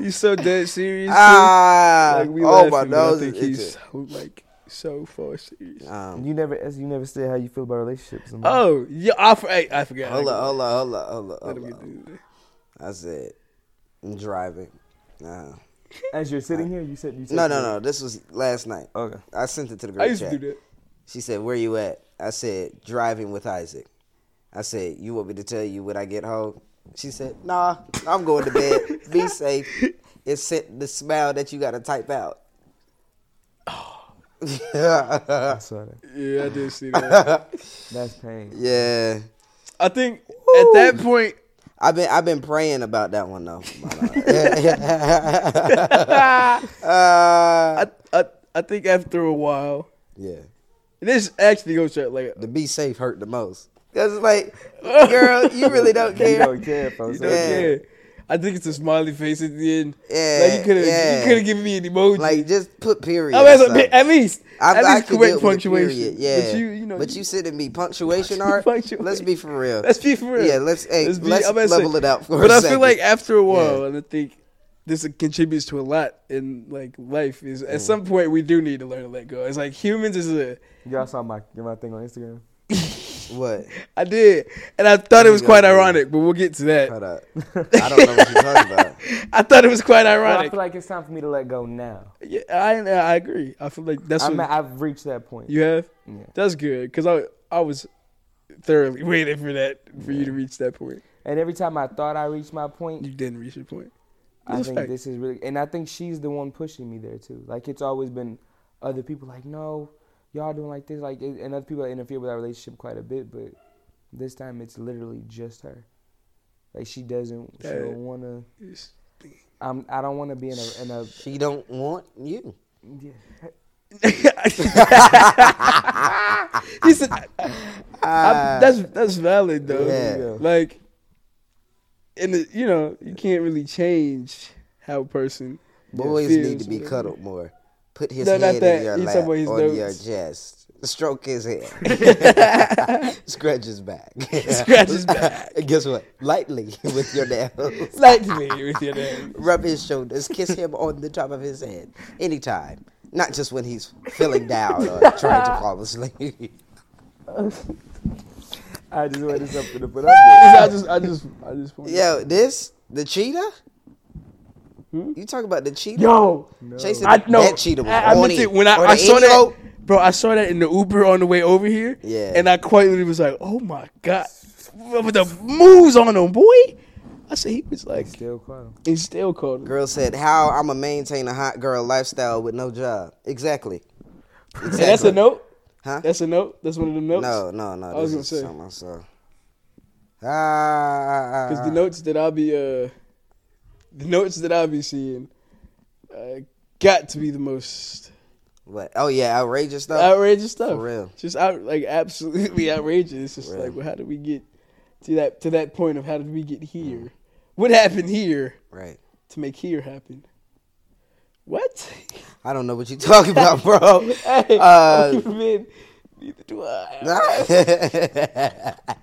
Speaker 3: He's so dead serious. too.
Speaker 1: ah,
Speaker 3: like we
Speaker 1: oh
Speaker 3: laughing,
Speaker 1: my
Speaker 3: but I
Speaker 1: nose
Speaker 3: think
Speaker 1: is
Speaker 3: he's
Speaker 1: itching.
Speaker 3: so, like so far serious.
Speaker 1: Um,
Speaker 2: You never. You never said how you feel about relationships. and-
Speaker 3: Oh, yeah, I, for- hey, I forgot.
Speaker 1: hold
Speaker 3: I
Speaker 1: up, hold up, hold up, hold up,
Speaker 3: forgot.
Speaker 1: hold
Speaker 3: Let
Speaker 1: up.
Speaker 3: me do that.
Speaker 1: I said, I'm driving. Uh,
Speaker 2: As you're sitting here, you said. You said
Speaker 1: no, no, no. This was last night.
Speaker 2: Okay.
Speaker 1: I sent it to the
Speaker 3: I
Speaker 1: group
Speaker 3: used to
Speaker 1: chat.
Speaker 3: do that.
Speaker 1: She said, "Where you at?" I said, "Driving with Isaac." I said, "You want me to tell you when I get home?" She said, "Nah, I'm going to bed. Be safe." It sent the smile that you got to type out.
Speaker 2: I saw that.
Speaker 3: Yeah, I did see that.
Speaker 2: That's pain.
Speaker 1: yeah,
Speaker 3: I think at that point,
Speaker 1: I've been I've been praying about that one though. My lord.
Speaker 3: I,
Speaker 1: Uh,
Speaker 3: I I think after a while,
Speaker 1: yeah.
Speaker 3: this actually goes to like
Speaker 1: the be safe hurt the most. Cause it's like, girl, you really don't
Speaker 2: You
Speaker 1: care.
Speaker 2: don't care, folks.
Speaker 3: You don't
Speaker 1: Yeah.
Speaker 3: care. I think it's a smiley face at the end.
Speaker 1: Yeah,
Speaker 3: like you could have,
Speaker 1: yeah.
Speaker 3: you could have given me an emoji.
Speaker 1: Like, just put period.
Speaker 3: I mean,
Speaker 1: or
Speaker 3: at- at least,
Speaker 1: I-
Speaker 3: at
Speaker 1: I
Speaker 3: least
Speaker 1: could deal
Speaker 3: correct
Speaker 1: with the
Speaker 3: punctuation.
Speaker 1: period, Yeah,
Speaker 3: but you, you know,
Speaker 1: but you sitting me punctuation art.
Speaker 3: Punctuation.
Speaker 1: Let's be for real.
Speaker 3: Let's be for real.
Speaker 1: Yeah, let's hey, let's,
Speaker 3: be- I'm gonna say-
Speaker 1: level it out for
Speaker 3: But
Speaker 1: a
Speaker 3: I
Speaker 1: second.
Speaker 3: feel like after a while,
Speaker 1: Yeah.
Speaker 3: and I think this contributes to a lot in like life. Is
Speaker 1: Mm.
Speaker 3: at some point we do need to learn to let go. It's like humans is a.
Speaker 2: Y'all saw my my thing on Instagram.
Speaker 1: what?
Speaker 3: I did, and I thought it was
Speaker 1: Yeah,
Speaker 3: quite
Speaker 1: yeah.
Speaker 3: ironic, but we'll get to
Speaker 1: Hold
Speaker 3: that.
Speaker 1: up. I don't know what you're talking about.
Speaker 3: I thought it was quite
Speaker 2: Well, I
Speaker 3: ironic.
Speaker 2: feel like it's time for me to let go now.
Speaker 3: yeah, I, I agree. I feel like that's
Speaker 2: I'm
Speaker 3: what
Speaker 2: at, I've reached that point.
Speaker 3: you have.
Speaker 2: yeah.
Speaker 3: That's good because I I was thoroughly waiting for that for you to reach that point.
Speaker 2: And every time I thought I reached my point,
Speaker 3: You didn't reach your point.
Speaker 2: I
Speaker 3: That's
Speaker 2: think
Speaker 3: fact.
Speaker 2: this is really, and I think she's the one pushing me there too. Like it's always been other people like, no, y'all doing like this, like, and other people that interfere with our relationship quite a bit. But this time it's literally just her. Like she doesn't, she
Speaker 3: That-
Speaker 2: don't wanna.
Speaker 3: It's-
Speaker 2: I'm, I don't wanna be in a, in a.
Speaker 1: She don't want you.
Speaker 2: Yeah.
Speaker 3: He said,
Speaker 1: Ah,
Speaker 3: I- that's that's valid though.
Speaker 1: Uh, Yeah.
Speaker 3: Like, and it- you know you can't really change how a person.
Speaker 1: Boys
Speaker 3: feels
Speaker 1: need to be
Speaker 3: whatever.
Speaker 1: cuddled more. Put his
Speaker 3: No, not
Speaker 1: head
Speaker 3: that.
Speaker 1: in your
Speaker 3: He's
Speaker 1: lap
Speaker 3: talking about his
Speaker 1: or your
Speaker 3: notes.
Speaker 1: chest. Stroke his head. Scratch his back.
Speaker 3: Scratch his back.
Speaker 1: Guess what? Lightly with your nails.
Speaker 3: Slightly with your name.
Speaker 1: Rub his shoulders. Kiss him on the top of his head. Anytime. Not just when he's feeling down or trying to fall asleep.
Speaker 2: I just wanted something to put up there.
Speaker 3: I just I just I just want
Speaker 1: Yo, this? The cheetah?
Speaker 3: Hmm?
Speaker 1: You talking about the cheetah?
Speaker 3: Yo,
Speaker 1: Chasing
Speaker 3: I know.
Speaker 1: that cheetah was
Speaker 3: I, I meant
Speaker 1: horny.
Speaker 3: it when I,
Speaker 1: Or
Speaker 3: I
Speaker 1: the
Speaker 3: saw that,
Speaker 1: antelope.
Speaker 3: bro. I saw that in the Uber on the way over here.
Speaker 1: Yeah.
Speaker 3: and I quite literally was like, "Oh my god!" With the moves on him, boy. I said he was like,
Speaker 2: Still clown.
Speaker 3: he still called him.
Speaker 1: Girl said, "How I'ma maintain a hot girl lifestyle with no job?" Exactly.
Speaker 3: And that's a
Speaker 1: Exactly.
Speaker 3: note.
Speaker 1: Huh?
Speaker 3: That's a note. That's one of the notes.
Speaker 1: No, no, no. This
Speaker 3: was gonna
Speaker 1: is
Speaker 3: say.
Speaker 1: something I saw. Ah,
Speaker 3: Because the notes that I'll be, uh, the notes that I'll be seeing, uh, got to be the most
Speaker 1: What? Oh yeah, outrageous stuff.
Speaker 3: outrageous stuff.
Speaker 1: For real.
Speaker 3: Just out, like absolutely outrageous. It's just
Speaker 1: Real.
Speaker 3: like, well, how did we get to that to that point of how did we get here? What happened here
Speaker 1: right.
Speaker 3: to make here happen? What?
Speaker 1: I don't know what you talking about, bro.
Speaker 3: hey,
Speaker 1: Oh, Uh,
Speaker 3: Uncle Ben, neither do I. I'm,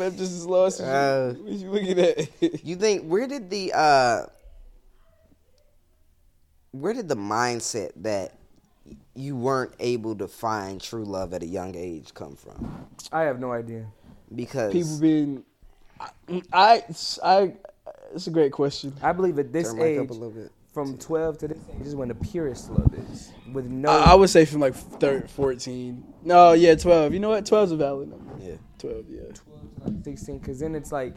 Speaker 3: I'm just as lost as you.
Speaker 1: Uh,
Speaker 3: what you looking at?
Speaker 1: you think where did the uh where did the mindset that you weren't able to find true love at a young age come from?
Speaker 2: I have no idea.
Speaker 1: Because
Speaker 3: People being, I, I, I- it's a great question.
Speaker 2: I believe at this
Speaker 1: turn my mic
Speaker 2: age,
Speaker 1: up a little bit.
Speaker 2: from 12 to this age is when the purest love is. With no.
Speaker 3: I, I would say from like thir 14. No, yeah, 12. You know what? 12 is a valid number.
Speaker 1: Yeah.
Speaker 3: 12, yeah.
Speaker 2: 16 because then it's like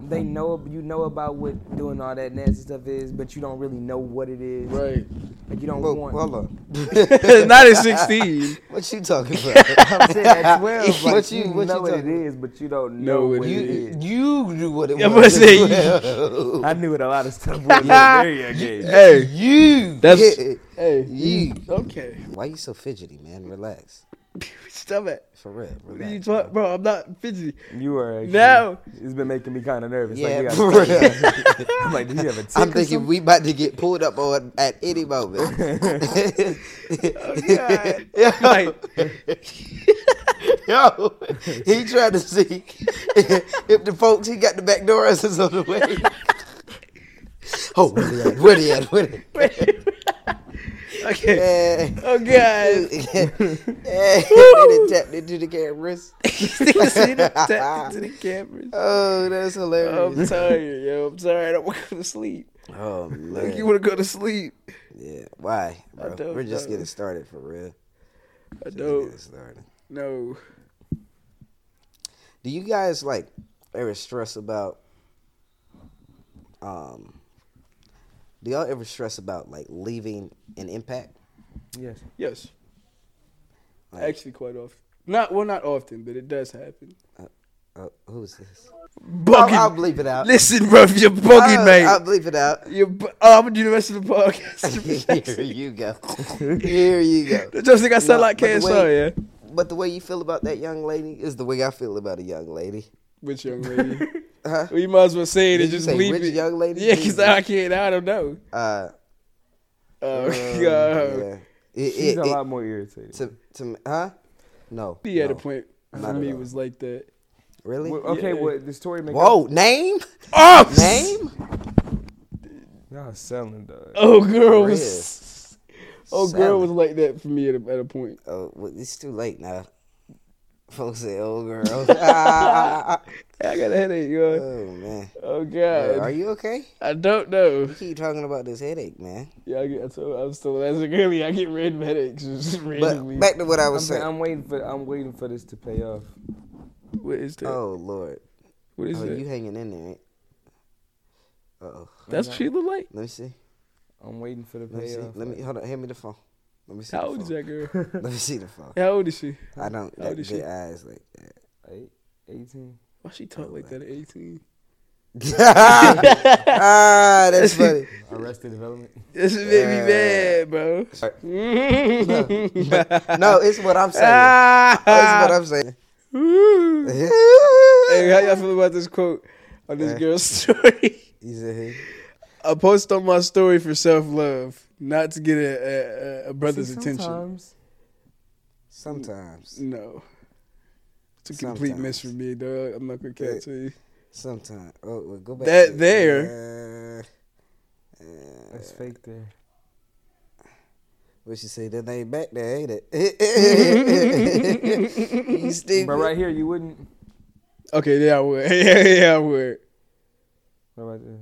Speaker 2: they know you know about what doing all that nasty stuff is but you don't really know what it is
Speaker 3: Right.
Speaker 2: like you don't
Speaker 1: Whoa,
Speaker 2: want
Speaker 1: hold on.
Speaker 3: Not at 16.
Speaker 1: What you talking about?
Speaker 2: i'm saying at 12 like,
Speaker 1: What
Speaker 2: you,
Speaker 1: you- what you
Speaker 2: know what it
Speaker 1: talking
Speaker 2: is but you don't
Speaker 3: Know
Speaker 2: know
Speaker 3: what
Speaker 2: what
Speaker 3: it
Speaker 2: it
Speaker 1: You
Speaker 2: is
Speaker 1: you knew what it
Speaker 3: Yeah, but I
Speaker 1: was.
Speaker 3: say
Speaker 1: as
Speaker 3: you-
Speaker 1: well.
Speaker 2: i knew what a lot of stuff was at a very young age
Speaker 3: hey,
Speaker 1: You.
Speaker 3: That's-
Speaker 1: Yeah.
Speaker 3: hey.
Speaker 1: You.
Speaker 3: Okay.
Speaker 1: Why you so fidgety, man? Relax.
Speaker 3: Stop it.
Speaker 1: For real.
Speaker 3: What are you
Speaker 1: Relax.
Speaker 3: talking Bro, I'm not fidgety.
Speaker 2: you are actually,
Speaker 3: No.
Speaker 2: it's been making me kind of nervous
Speaker 1: Yeah,
Speaker 2: like,
Speaker 1: for
Speaker 2: you got i'm like did you have a tick
Speaker 1: I'm
Speaker 2: or
Speaker 1: thinking
Speaker 2: something?
Speaker 1: we about to get pulled up on at any moment.
Speaker 3: Oh, God.
Speaker 1: Yo, he tried to see if the folks he got the back door us is on the way. oh, where they at? Where they at? Where they at?
Speaker 3: Okay.
Speaker 1: Eh.
Speaker 3: Oh, God.
Speaker 1: they done tapped into the cameras.
Speaker 3: See the tap into the cameras.
Speaker 1: Oh, that's
Speaker 3: I'm
Speaker 1: hilarious.
Speaker 3: tired, yo. I'm tired. I want to go to sleep.
Speaker 1: Oh
Speaker 3: Like,
Speaker 1: man,
Speaker 3: you want to go to sleep?
Speaker 1: yeah. Why, bro?
Speaker 3: don't
Speaker 1: We're just
Speaker 3: know.
Speaker 1: getting started for real. Just
Speaker 3: Dope.
Speaker 1: get it started.
Speaker 3: No.
Speaker 1: Do you guys like ever stress about um do y'all ever stress about like leaving an impact?
Speaker 2: Yes.
Speaker 3: Yes.
Speaker 1: Like,
Speaker 3: Actually, quite often. Not well, not often, but it does happen.
Speaker 1: uh, who's this? I'll, I'll bleep it out.
Speaker 3: Listen, bro, you're
Speaker 1: I'll, I'll bleep it out.
Speaker 3: You're bu- oh, I'm gonna do the rest of the podcast.
Speaker 1: Here you go. Here you go.
Speaker 3: Just think I sound
Speaker 1: No,
Speaker 3: like
Speaker 1: but the
Speaker 3: KSR, yeah.
Speaker 1: But the way you feel about that young lady is the way I feel about a young lady.
Speaker 3: Which young lady?
Speaker 1: Huh?
Speaker 3: we might as well say it
Speaker 1: Did
Speaker 3: and
Speaker 1: you
Speaker 3: just
Speaker 1: say
Speaker 3: leave
Speaker 1: rich
Speaker 3: it.
Speaker 1: young lady?
Speaker 3: Yeah, because
Speaker 1: Jesus.
Speaker 3: I can't. I don't know.
Speaker 1: Uh,
Speaker 3: Oh
Speaker 1: um,
Speaker 3: God.
Speaker 1: yeah. It-
Speaker 2: She's
Speaker 1: it-
Speaker 2: a
Speaker 1: it-
Speaker 2: lot more irritated.
Speaker 1: to, to, me- huh? No.
Speaker 3: Be at
Speaker 1: no.
Speaker 3: a point oh for
Speaker 1: Not at
Speaker 3: me
Speaker 1: all.
Speaker 3: was like that.
Speaker 1: Really?
Speaker 2: Well, okay,
Speaker 3: Yeah.
Speaker 2: well, this story make
Speaker 1: Whoa, name?
Speaker 3: Oh,
Speaker 1: Name?
Speaker 2: Y'all selling, dog.
Speaker 3: Oh, girl
Speaker 1: Red.
Speaker 3: was. Oh, girl was like that for me at a, at a point.
Speaker 1: Oh, well, it's too late now. Folks say, "Oh, girl." oh
Speaker 3: I got a headache, yo.
Speaker 1: man,
Speaker 3: Oh
Speaker 1: Bro, Uh, are
Speaker 3: God,
Speaker 1: you okay?
Speaker 3: I don't know.
Speaker 1: You keep talking about this headache, man.
Speaker 3: Yeah, I get. I told, I'm still as a girly. I get random headaches just
Speaker 1: But
Speaker 3: randomly.
Speaker 1: oh, back to what I
Speaker 2: I'm,
Speaker 1: was
Speaker 2: saying,
Speaker 1: saying.
Speaker 2: I'm waiting for I'm waiting for this to pay off.
Speaker 3: what is that?
Speaker 1: Oh Lord,
Speaker 3: what is
Speaker 1: oh,
Speaker 3: that?
Speaker 1: you hanging in there? Right? Uh oh.
Speaker 3: That's what she look like.
Speaker 1: Let me see.
Speaker 2: I'm waiting for the
Speaker 1: Let me see.
Speaker 2: payoff.
Speaker 1: Let me hold on. Hand me the phone. Let me see.
Speaker 3: How
Speaker 1: the
Speaker 3: old is
Speaker 1: phone.
Speaker 3: that girl?
Speaker 1: Let me see the phone.
Speaker 3: How old is she?
Speaker 1: I don't
Speaker 3: How old
Speaker 1: got
Speaker 3: is she?
Speaker 1: big eyes like
Speaker 2: Eight, 18.
Speaker 3: Why she talk like that at 18?
Speaker 1: that. ah, that's funny.
Speaker 2: Arrested development.
Speaker 3: This is made me
Speaker 1: Yeah.
Speaker 3: mad, bro.
Speaker 1: No, it's what I'm saying. That's what
Speaker 3: Ah!
Speaker 1: I'm saying.
Speaker 3: Woo. Hey, how y'all feel about this quote on this
Speaker 1: Yeah.
Speaker 3: girl's story?
Speaker 1: He's in here.
Speaker 3: I post on my story for self love, not to get a, a, a- a brother's
Speaker 2: See,
Speaker 3: attention.
Speaker 2: sometimes-
Speaker 1: Sometimes.
Speaker 3: No. It's a complete miss for
Speaker 1: Sometimes.
Speaker 3: me, dog. I'm not gonna
Speaker 1: Yeah.
Speaker 3: catch you.
Speaker 1: Sometime. Oh, well, go back.
Speaker 3: That
Speaker 1: to it.
Speaker 3: there.
Speaker 1: Uh, uh,
Speaker 2: That's fake there.
Speaker 1: what you say? That ain't back there, ain't it? you stupid.
Speaker 2: But right here, you wouldn't.
Speaker 3: Okay, yeah, I would. yeah, yeah, I would.
Speaker 2: What about that?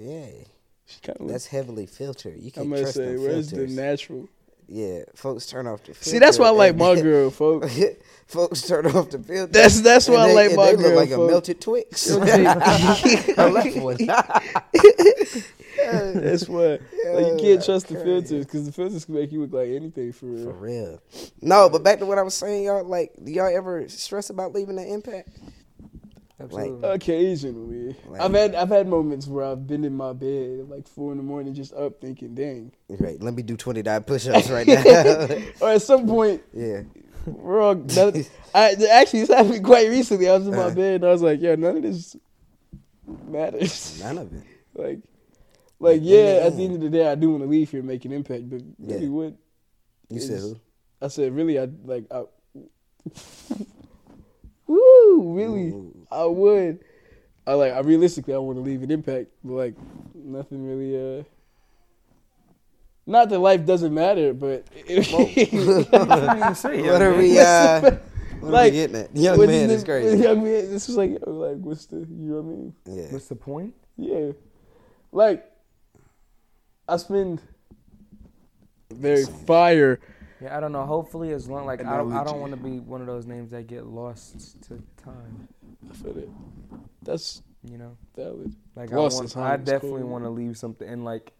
Speaker 1: Yeah,
Speaker 3: She kind of.
Speaker 1: that's heavily filtered. You
Speaker 3: I'm
Speaker 1: can
Speaker 3: gonna
Speaker 1: trust
Speaker 3: say,
Speaker 1: them
Speaker 3: where's the
Speaker 1: filters.
Speaker 3: natural?
Speaker 1: yeah, folks turn off the. Filter
Speaker 3: See, that's why I like
Speaker 1: and-
Speaker 3: my girl, folks.
Speaker 1: folks turn off the filter.
Speaker 3: That's that's
Speaker 1: and
Speaker 3: why I
Speaker 1: they,
Speaker 3: like
Speaker 1: and
Speaker 3: my
Speaker 1: they
Speaker 3: girl,
Speaker 1: look like a
Speaker 3: folks.
Speaker 1: melted Twix. I left one.
Speaker 3: That's why like, you
Speaker 1: Yeah,
Speaker 3: can't trust the
Speaker 1: okay.
Speaker 3: filters because the filters can make you look like anything for
Speaker 1: For
Speaker 3: real.
Speaker 1: real. No, but back to what I was saying, y'all. Like, do y'all ever stress about leaving an impact?
Speaker 2: Absolutely.
Speaker 3: Occasionally,
Speaker 1: Like-
Speaker 3: I've had I've had moments where I've been in my bed at like four in the morning, just up thinking, dang.
Speaker 1: Right. Let me do twenty nine push ups right now.
Speaker 3: Or at some point,
Speaker 1: yeah.
Speaker 3: we're all. None I actually this happened quite recently. I was in my
Speaker 1: Uh-huh.
Speaker 3: bed and I was like, yo, none of this matters.
Speaker 1: None of it.
Speaker 3: like, like
Speaker 1: In the
Speaker 3: yeah. At the
Speaker 1: end.
Speaker 3: end of the day, I do want to leave here and make an impact, but really,
Speaker 1: Yeah.
Speaker 3: what
Speaker 1: You said
Speaker 3: It's-
Speaker 1: who?
Speaker 3: I said, really, I like, I, woo, really,
Speaker 1: Ooh.
Speaker 3: Mm-hmm. I would. I like, I realistically, I want to leave an impact, but like, nothing really. uh Not that life doesn't matter, but
Speaker 2: I didn't even say
Speaker 1: What are
Speaker 2: man.
Speaker 1: we? Uh, what are
Speaker 3: Like,
Speaker 1: we getting at? Young
Speaker 3: what's
Speaker 1: man
Speaker 3: the-
Speaker 1: is crazy.
Speaker 3: Young man, this was like, yo, like, what's the, you know what I mean?
Speaker 1: Yeah.
Speaker 2: What's the point?
Speaker 3: Yeah, like, I spend very fire.
Speaker 2: Yeah, I don't know. Hopefully, as long like I don't, I
Speaker 3: Analogy.
Speaker 2: don't want to be one of those names that get lost to time.
Speaker 3: I feel it. That's
Speaker 2: You know,
Speaker 3: valid.
Speaker 2: like
Speaker 3: Lost
Speaker 2: I
Speaker 3: to
Speaker 2: want,
Speaker 3: time
Speaker 2: I
Speaker 3: is
Speaker 2: definitely
Speaker 3: cool. Mm.
Speaker 2: want to leave something and like,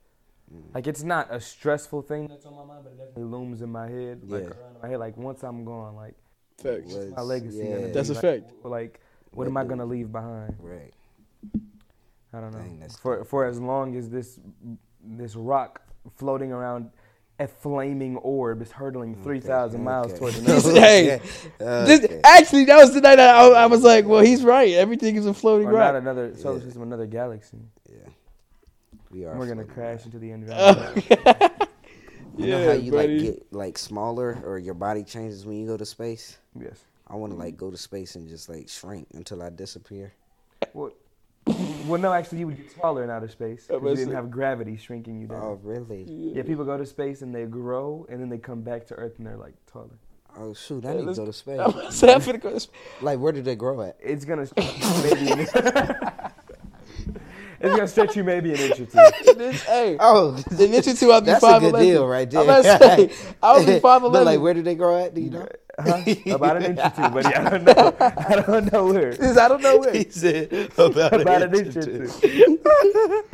Speaker 2: like it's not a stressful thing that's on my mind, but it definitely looms in my head, like
Speaker 1: Yeah.
Speaker 2: around my head. Like once I'm gone, like
Speaker 3: Facts.
Speaker 1: Let's-
Speaker 2: my legacy. gonna
Speaker 1: yeah.
Speaker 2: be,
Speaker 3: That's a
Speaker 2: like,
Speaker 3: fact.
Speaker 2: Like, what am
Speaker 1: What
Speaker 2: I
Speaker 1: do-
Speaker 2: gonna leave behind?
Speaker 1: Right.
Speaker 2: I don't know.
Speaker 1: Dang, that's
Speaker 2: for for as long as this this rock floating around a flaming orb is hurtling 3,000 miles
Speaker 1: Okay.
Speaker 2: toward the
Speaker 3: He's-
Speaker 2: north.
Speaker 3: hey,
Speaker 1: Okay.
Speaker 3: This, actually, that was the night I, I was like, well, he's right. Everything is a floating
Speaker 2: or not
Speaker 3: rock.
Speaker 2: another solar
Speaker 1: Yeah.
Speaker 2: system, another galaxy.
Speaker 1: yeah. We are.
Speaker 2: We're going
Speaker 1: floating.
Speaker 2: to crash into the environment.
Speaker 3: Oh,
Speaker 1: You
Speaker 3: yeah,
Speaker 1: know how you
Speaker 3: buddy.
Speaker 1: like get like smaller or your body changes when you go to space?
Speaker 2: yes.
Speaker 1: I want to like go to space and just like shrink until I disappear.
Speaker 2: Well, well, no, actually, you would get smaller in outer space
Speaker 3: Oh,
Speaker 2: because you
Speaker 3: that's
Speaker 2: didn't
Speaker 3: it.
Speaker 2: have gravity shrinking you down.
Speaker 1: Oh really?
Speaker 2: Yeah, people go to space and they grow, and then they come back to Earth and they're like taller.
Speaker 1: Oh shoot! I
Speaker 3: Hey,
Speaker 1: need to
Speaker 3: let's-
Speaker 1: go to space.
Speaker 3: I'm gonna say I'm finna go to sp-
Speaker 1: Like where did they grow at?
Speaker 2: It's gonna maybe. It's gonna stretch you maybe an inch or two.
Speaker 3: This- hey,
Speaker 1: Oh,
Speaker 3: an inch or two, I'll be
Speaker 1: that's a
Speaker 3: 5'11.
Speaker 1: good deal right there.
Speaker 3: I'm about to say, I'll be Uh, 5'11.
Speaker 1: But like, where did they grow at? Do you know?
Speaker 2: Huh? About an inch or two, buddy. I don't know. I don't know where.
Speaker 3: This- I don't know where.
Speaker 1: said about,
Speaker 2: About an inch or two.
Speaker 3: Dog,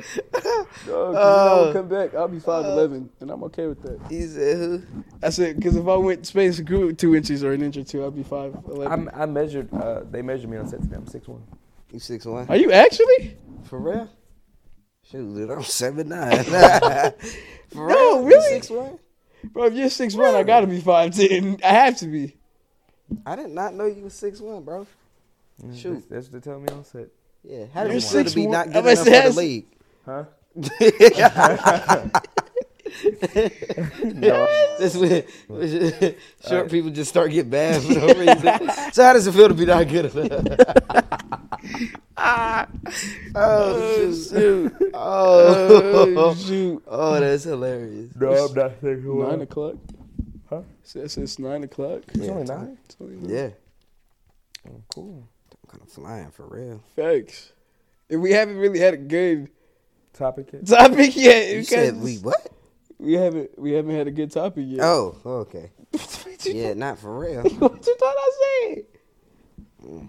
Speaker 1: Oh.
Speaker 2: Uh,
Speaker 3: I'll come back. I'll be 5'11, and I'm okay with that.
Speaker 1: He said, "Who?"
Speaker 3: I said, because if I went space and grew two inches or an inch or two, I'd be 5'11.
Speaker 2: I'm, I measured. Uh, they measured me on set today. I'm six one.
Speaker 1: You six one
Speaker 3: Are you actually?
Speaker 1: for real? Shoot, dude, I'm seven nine. for no,
Speaker 3: really?
Speaker 1: Six one?
Speaker 3: Bro, if you're 6'1, I gotta be 5'10. I have to be.
Speaker 1: I did not know you was six one, bro. Shoot.
Speaker 2: Mm, That's, that's what they tell me on set.
Speaker 1: Yeah, how did
Speaker 3: You're
Speaker 1: you still be
Speaker 3: 6'1"?
Speaker 1: not
Speaker 3: I'm
Speaker 1: good enough for the
Speaker 3: obsessed.
Speaker 1: league?
Speaker 2: Huh?
Speaker 1: That's when short people just start getting bad for no reason. so how does it feel to be not good enough? Ah. oh, shoot.
Speaker 3: Oh,
Speaker 1: Oh,
Speaker 3: shoot.
Speaker 1: oh, that's hilarious.
Speaker 2: No, I'm not six
Speaker 3: Nine
Speaker 2: one.
Speaker 3: o'clock?
Speaker 2: Huh?
Speaker 3: So that's- it's nine o'clock.
Speaker 2: It's only nine. Oh,
Speaker 3: It's only nine.
Speaker 1: Yeah,
Speaker 2: Cool.
Speaker 1: I'm kind of flying for real.
Speaker 3: Facts. And we haven't really had a good
Speaker 2: Topic yet?
Speaker 3: topic yet.
Speaker 1: You
Speaker 3: because
Speaker 1: said we what?
Speaker 3: we haven't we haven't had a good topic yet.
Speaker 1: Oh, okay.
Speaker 3: what, you,
Speaker 1: Yeah, not for real.
Speaker 3: what you thought I said?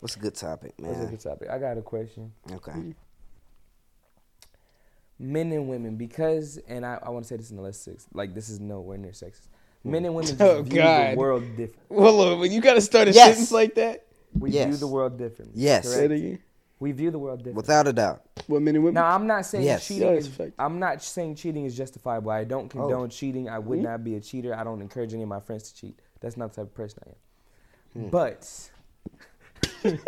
Speaker 1: What's a good topic,
Speaker 2: That's a
Speaker 1: man?
Speaker 2: good topic. I got a question.
Speaker 1: Okay.
Speaker 2: Men and women, because, and I, I want to say this in the last six. Like this is nowhere near sexist. Men and women just
Speaker 3: Oh,
Speaker 2: view the
Speaker 3: God.
Speaker 2: world different.
Speaker 3: Well, look, when you gotta start a
Speaker 1: Yes.
Speaker 3: sentence like that,
Speaker 2: We view
Speaker 1: Yes.
Speaker 2: the world differently.
Speaker 1: Yes.
Speaker 3: say it
Speaker 2: correct?
Speaker 3: again.
Speaker 2: We view the world differently.
Speaker 1: Without a doubt.
Speaker 3: What men and women?
Speaker 2: Now I'm not saying
Speaker 1: Yes.
Speaker 2: cheating.
Speaker 3: Yeah,
Speaker 2: is,
Speaker 3: it's a fact.
Speaker 2: I'm not saying cheating is justifiable. I
Speaker 3: Oh.
Speaker 2: don't condone cheating. I
Speaker 3: Hmm?
Speaker 2: would not be a cheater. I don't encourage any of my friends to cheat. That's not the type of person I
Speaker 3: Hmm.
Speaker 2: am. But
Speaker 3: Listen,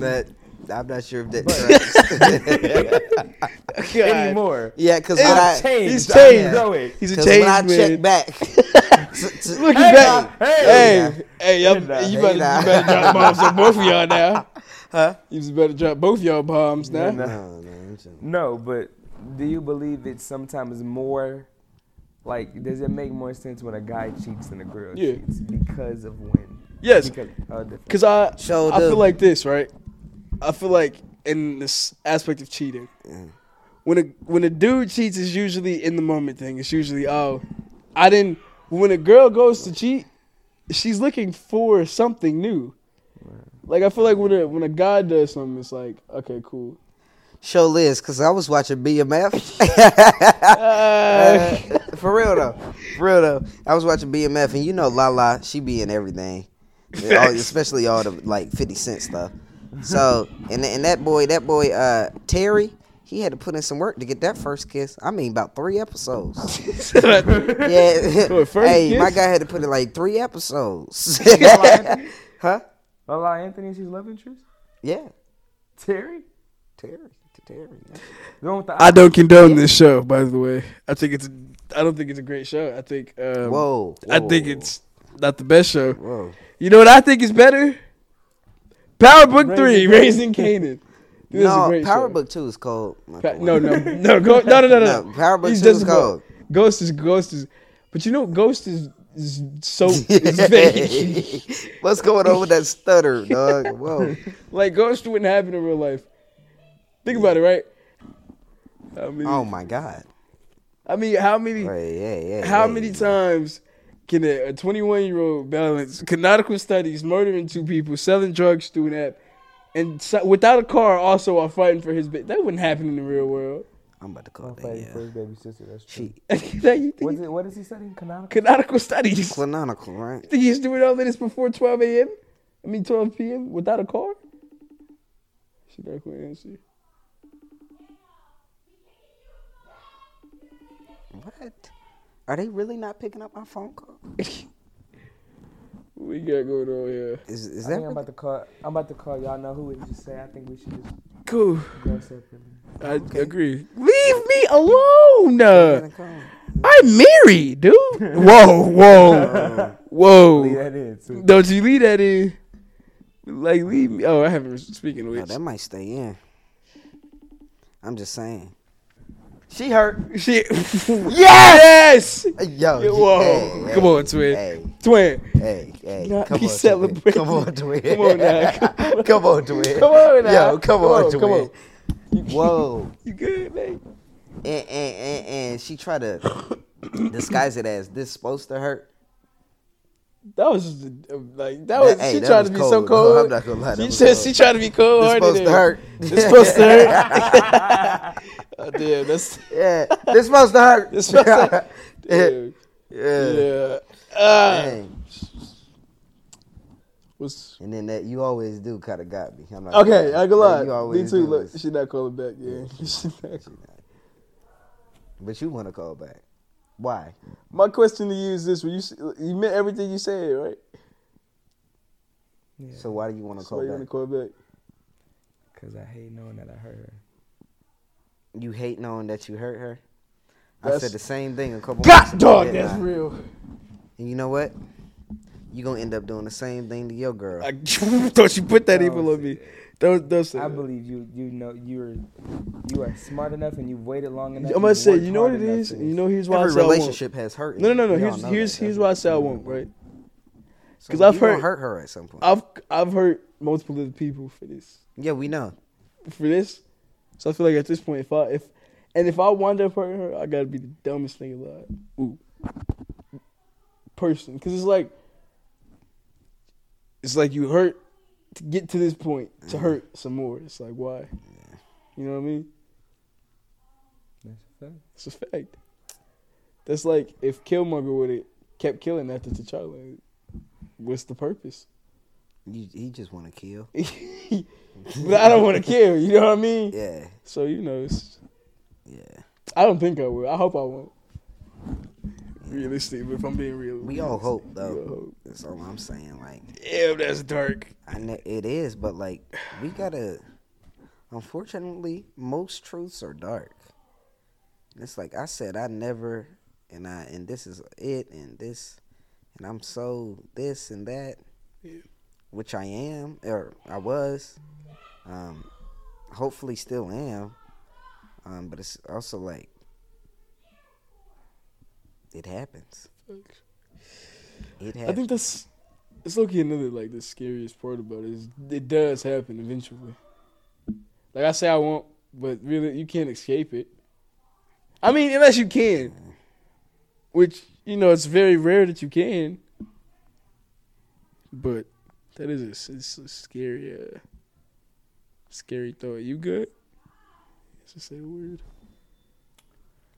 Speaker 1: That I'm not sure if that tracks.
Speaker 3: God.
Speaker 2: anymore,
Speaker 1: yeah, because
Speaker 2: I've
Speaker 1: I
Speaker 2: changed.
Speaker 3: he's
Speaker 2: I'm
Speaker 3: changed.
Speaker 2: growing.
Speaker 3: He's a
Speaker 1: because
Speaker 3: changed
Speaker 1: when I
Speaker 3: man.
Speaker 1: check back, to- to-
Speaker 3: Look,
Speaker 2: Hey,
Speaker 3: he's back.
Speaker 2: nah,
Speaker 3: Hey,
Speaker 2: hey,
Speaker 3: hey, y'all,
Speaker 2: Hey, nah.
Speaker 3: you, better, you
Speaker 1: Hey, nah.
Speaker 3: better drop bombs on both of y'all now.
Speaker 1: Huh?
Speaker 3: You better drop both y'all bombs now.
Speaker 2: Nah, nah.
Speaker 1: No, no, Oh, I'm chilling.
Speaker 2: No, but do you believe it's sometimes more? Like, does it make more sense when a guy cheats than a girl
Speaker 3: Yeah.
Speaker 2: cheats because of when?
Speaker 3: Yes,
Speaker 2: Because how different.
Speaker 3: Cause I
Speaker 1: Showed
Speaker 3: I feel
Speaker 1: up.
Speaker 3: like this, right? I feel like in this aspect of cheating, when a when a dude cheats is usually in the moment thing. It's usually oh, I didn't. When a girl goes to cheat, she's looking for something new. Like I feel like when a when a guy does something, it's like okay, cool.
Speaker 1: Show Liz, because I was watching BMF.
Speaker 3: Uh,
Speaker 1: for real though, for real though, I was watching BMF, and you know Lala, she be in everything, Yeah, all- especially all the like Fifty Cent stuff. So and and that boy, that boy uh, Terry, he had to put in some work to get that first kiss. I mean, about three episodes. yeah,
Speaker 3: What, first
Speaker 1: hey, my
Speaker 3: kiss?
Speaker 1: guy had to put in like three episodes. huh?
Speaker 2: Lala Anthony and she's love interest.
Speaker 1: Yeah,
Speaker 2: Terry,
Speaker 1: Terry, Terry.
Speaker 2: the one with the
Speaker 3: I don't condone this show, by the way. I think it's I don't think it's a great show. I think um,
Speaker 1: Whoa,
Speaker 3: I think
Speaker 1: whoa,
Speaker 3: it's not the best show.
Speaker 1: whoa.
Speaker 3: You know what I think is better? Power Book
Speaker 2: Raising
Speaker 3: Three,
Speaker 2: Kanan.
Speaker 3: Raising Canaan. This is a
Speaker 1: no,
Speaker 3: great
Speaker 1: Power
Speaker 3: show.
Speaker 1: Book Two is cold.
Speaker 3: Pa- no, no, no, go, no, no, no, no.
Speaker 1: No, Power Book
Speaker 3: He's
Speaker 1: Two is
Speaker 3: justified.
Speaker 1: cold.
Speaker 3: Ghost is Ghost is, but you know Ghost is, is so is fake.
Speaker 1: What's going on with that stutter, dog? Whoa.
Speaker 3: like Ghost wouldn't happen in real life. Think about it, right? How many?
Speaker 1: Oh my God.
Speaker 3: I mean, how many?
Speaker 1: Hey, hey, hey,
Speaker 3: How
Speaker 1: hey.
Speaker 3: many times can a 21 year old balance canonical studies, murdering two people, selling drugs through an app, and so, without a car also while fighting for his bit? That wouldn't happen in the real world.
Speaker 1: I'm about to call
Speaker 2: I'm
Speaker 1: that.
Speaker 2: fighting for
Speaker 1: Yeah.
Speaker 2: his baby sister. That's true.
Speaker 1: She
Speaker 3: That you
Speaker 2: What
Speaker 3: think
Speaker 2: is, it, what is he studying? Canonical?
Speaker 3: canonical studies. You
Speaker 1: canonical, right?
Speaker 3: think he's doing all of this before 12 a.m.? I mean, 12 p.m. without a car? She got a quick answer.
Speaker 1: What? Are they really not picking up my phone call?
Speaker 3: What we got going on here?
Speaker 1: Is is
Speaker 2: I
Speaker 1: that
Speaker 2: think I'm
Speaker 1: really-
Speaker 2: about to call. I'm about to call y'all. Know who it just say? I think we should just
Speaker 3: Cool.
Speaker 2: go separately.
Speaker 3: I agree. Leave me alone.
Speaker 1: gonna call?
Speaker 3: I'm married, dude. Whoa, whoa,
Speaker 2: Leave
Speaker 3: whoa!
Speaker 2: that in. Too.
Speaker 3: Don't you leave that in? Like leave me? Oh, I haven't. Speaking of
Speaker 1: No,
Speaker 3: which,
Speaker 1: that might stay in. I'm just saying. She hurt.
Speaker 3: She- yes!
Speaker 1: Yo, she-
Speaker 3: Whoa.
Speaker 1: hey,
Speaker 3: Come
Speaker 1: hey,
Speaker 3: on, twin.
Speaker 1: Hey,
Speaker 3: Twin.
Speaker 1: hey, hey.
Speaker 3: Not
Speaker 1: come
Speaker 3: be
Speaker 1: on,
Speaker 3: celebrating.
Speaker 1: Twin. Come on, twin.
Speaker 3: Come on now,
Speaker 1: come on, twin.
Speaker 3: Come on now.
Speaker 1: Yo, come,
Speaker 3: Come
Speaker 1: on,
Speaker 3: on,
Speaker 1: twin.
Speaker 3: come on.
Speaker 1: Whoa.
Speaker 3: You good, man?
Speaker 1: And, and, and, and she tried to disguise it as this supposed to hurt.
Speaker 3: That was just, uh, like that was.
Speaker 1: hey,
Speaker 3: she
Speaker 1: that
Speaker 3: tried
Speaker 1: was
Speaker 3: to be
Speaker 1: cold.
Speaker 3: so
Speaker 1: No,
Speaker 3: cold.
Speaker 1: I'm not gonna lie, that
Speaker 3: She
Speaker 1: was
Speaker 3: said
Speaker 1: cold.
Speaker 3: she tried to be cold
Speaker 1: This
Speaker 3: hearted.
Speaker 1: supposed to hurt.
Speaker 3: It's supposed to hurt. oh, damn, that's
Speaker 1: Yeah, this supposed to hurt.
Speaker 3: This supposed to-
Speaker 1: yeah.
Speaker 3: damn.
Speaker 1: yeah.
Speaker 3: yeah. Ah,
Speaker 1: Dang.
Speaker 3: was
Speaker 1: And then that you always do kind of got me. I'm not gonna
Speaker 3: okay. I go
Speaker 1: Yeah,
Speaker 3: lie.
Speaker 1: you
Speaker 3: Me
Speaker 1: always
Speaker 3: too.
Speaker 1: do
Speaker 3: Look,
Speaker 1: this.
Speaker 3: she not calling back. Yeah, she not.
Speaker 1: She not. But you want to call back? Why?
Speaker 3: My question to you is this: When you s- you meant everything you said, right?
Speaker 1: So why do you want to
Speaker 3: So why
Speaker 1: call
Speaker 3: you want to
Speaker 1: back?
Speaker 3: call back?
Speaker 2: Cause I hate knowing that I hurt her.
Speaker 1: You hate knowing that you hurt her. I
Speaker 3: That's-
Speaker 1: said the same thing a couple. months
Speaker 3: God,
Speaker 1: ago,
Speaker 3: dog,
Speaker 1: didn't
Speaker 3: that's
Speaker 1: I?
Speaker 3: real.
Speaker 1: And you know what? You gonna end up doing the same thing to your girl.
Speaker 3: I thought you put that
Speaker 2: Don't
Speaker 3: evil on
Speaker 2: say
Speaker 3: me.
Speaker 2: that.
Speaker 3: Don't don't say
Speaker 2: I
Speaker 3: that.
Speaker 2: believe you. You know you are you are smart enough, and you've waited long enough.
Speaker 3: I'm gonna
Speaker 2: you've
Speaker 3: say,
Speaker 2: worked
Speaker 3: you know what
Speaker 2: hard
Speaker 3: it
Speaker 2: enough
Speaker 3: is.
Speaker 2: for
Speaker 3: You
Speaker 2: this.
Speaker 3: know here's why I
Speaker 1: Every
Speaker 3: say I won't.
Speaker 1: relationship has hurt. in
Speaker 3: No,
Speaker 1: it.
Speaker 3: no, no,
Speaker 1: We
Speaker 3: no.
Speaker 1: all
Speaker 3: Here's
Speaker 1: know
Speaker 3: here's
Speaker 1: that.
Speaker 3: here's
Speaker 1: That's
Speaker 3: why I
Speaker 1: what
Speaker 3: say I
Speaker 1: you
Speaker 3: won't.
Speaker 1: know.
Speaker 3: Right?
Speaker 1: So
Speaker 3: 'Cause I've
Speaker 1: you gonna
Speaker 3: heard-
Speaker 1: hurt her at some point.
Speaker 3: I've I've hurt multiple other people for this
Speaker 1: yeah, we know.
Speaker 3: for this. So I feel like at this point, if I if and if I wind up hurting her, I gotta be the dumbest thing alive. Ooh, person, because it's like it's like you hurt to get to this point to hurt some more. It's like why? You know what I mean?
Speaker 2: That's a fact.
Speaker 3: It's a fact. That's like if Killmonger would have kept killing after T'Challa, what's the purpose?
Speaker 1: You, he just want to kill.
Speaker 3: but I don't want to kill. You know what I mean?
Speaker 1: Yeah,
Speaker 3: So you know, it's,
Speaker 1: yeah.
Speaker 3: I don't think I will. I hope I won't. Realistic, but if I'm being real,
Speaker 1: We all hope
Speaker 3: we all
Speaker 1: though.
Speaker 3: hope.
Speaker 1: That's all I'm saying. Like,
Speaker 3: Ew, that's dark.
Speaker 1: I know it is, but like, we gotta. Unfortunately, most truths are dark. And It's like I said, I never, and I, and this is it, and this, and I'm so this and that,
Speaker 3: Yeah.
Speaker 1: which I am, or I was, um, hopefully still am, um, but it's also like, it happens. It happens.
Speaker 3: I think that's it's looking another like the scariest part about it is it does happen eventually. Like I say, I won't, but really you can't escape it. I mean, unless you can, which you know it's very rare that you can. But that is a, s- it's a scary, uh, scary thought. You good? It's just a word.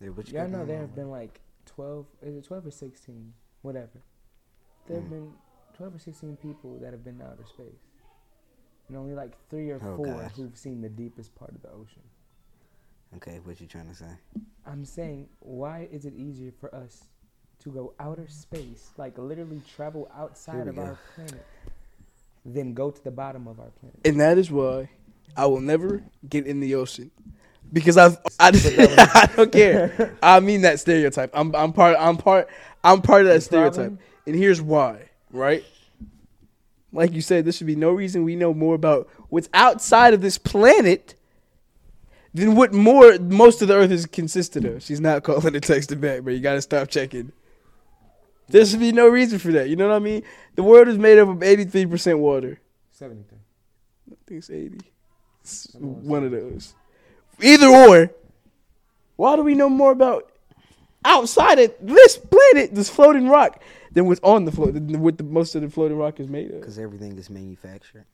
Speaker 1: Yeah, what you
Speaker 2: Y'all
Speaker 1: got
Speaker 2: know
Speaker 1: going
Speaker 2: there
Speaker 1: on?
Speaker 2: have been like twelve. Is it twelve or sixteen? Whatever. There
Speaker 3: Hmm.
Speaker 2: have been twelve or sixteen people that have been to outer space, and only like three or
Speaker 1: Oh,
Speaker 2: four
Speaker 1: gosh.
Speaker 2: who've seen the deepest part of the ocean.
Speaker 1: Okay, what you trying to say?
Speaker 2: I'm saying, why is it easier for us to go outer space, like literally travel
Speaker 1: Here
Speaker 2: outside
Speaker 1: we
Speaker 2: of
Speaker 1: go.
Speaker 2: our planet, than go to the bottom of our planet?
Speaker 3: And that is why I will never get in the ocean. Because I've, I, I don't care. I mean that stereotype. I'm, I'm part. I'm part. I'm part of that
Speaker 2: The
Speaker 3: stereotype.
Speaker 2: problem-
Speaker 3: And here's why. Right. Like you said, there should be no reason we know more about what's outside of this planet than what more most of the Earth is consisted of. She's not calling and texting back, but you gotta stop checking. There should be no reason for that. You know what I mean? The world is made up of eighty three percent water.
Speaker 2: Seventy-three.
Speaker 3: I think it's 80. It's
Speaker 2: I know it's
Speaker 3: one of those. Either or, why do we know more about outside of this planet, this floating rock, than what's on the float, than what the most of the floating rock is made of?
Speaker 1: Because everything is manufactured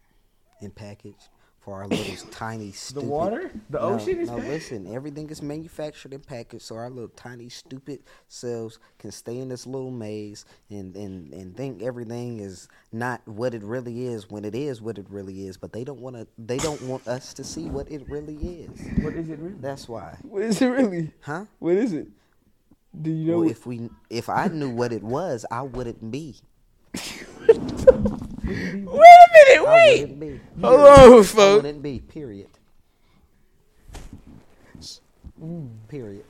Speaker 1: and packaged for our little tiny
Speaker 2: The
Speaker 1: stupid.
Speaker 2: water, the
Speaker 1: No,
Speaker 2: ocean is.
Speaker 1: no, listen. Everything is manufactured and packaged, so our little tiny stupid selves can stay in this little maze and and and think everything is not what it really is when it is what it really is. But they don't want to. They don't want us to see what it really is.
Speaker 2: What is it really?
Speaker 1: That's why,
Speaker 3: What is it really?
Speaker 1: huh?
Speaker 3: What is it? Do you know?
Speaker 1: well,
Speaker 3: what-
Speaker 1: if we, if I knew what it was, I wouldn't be.
Speaker 3: Wait a minute,
Speaker 1: I
Speaker 3: wait!
Speaker 1: wouldn't be.
Speaker 3: Hold on,
Speaker 1: I
Speaker 3: folks.
Speaker 1: wouldn't be. Period. Mm, Period.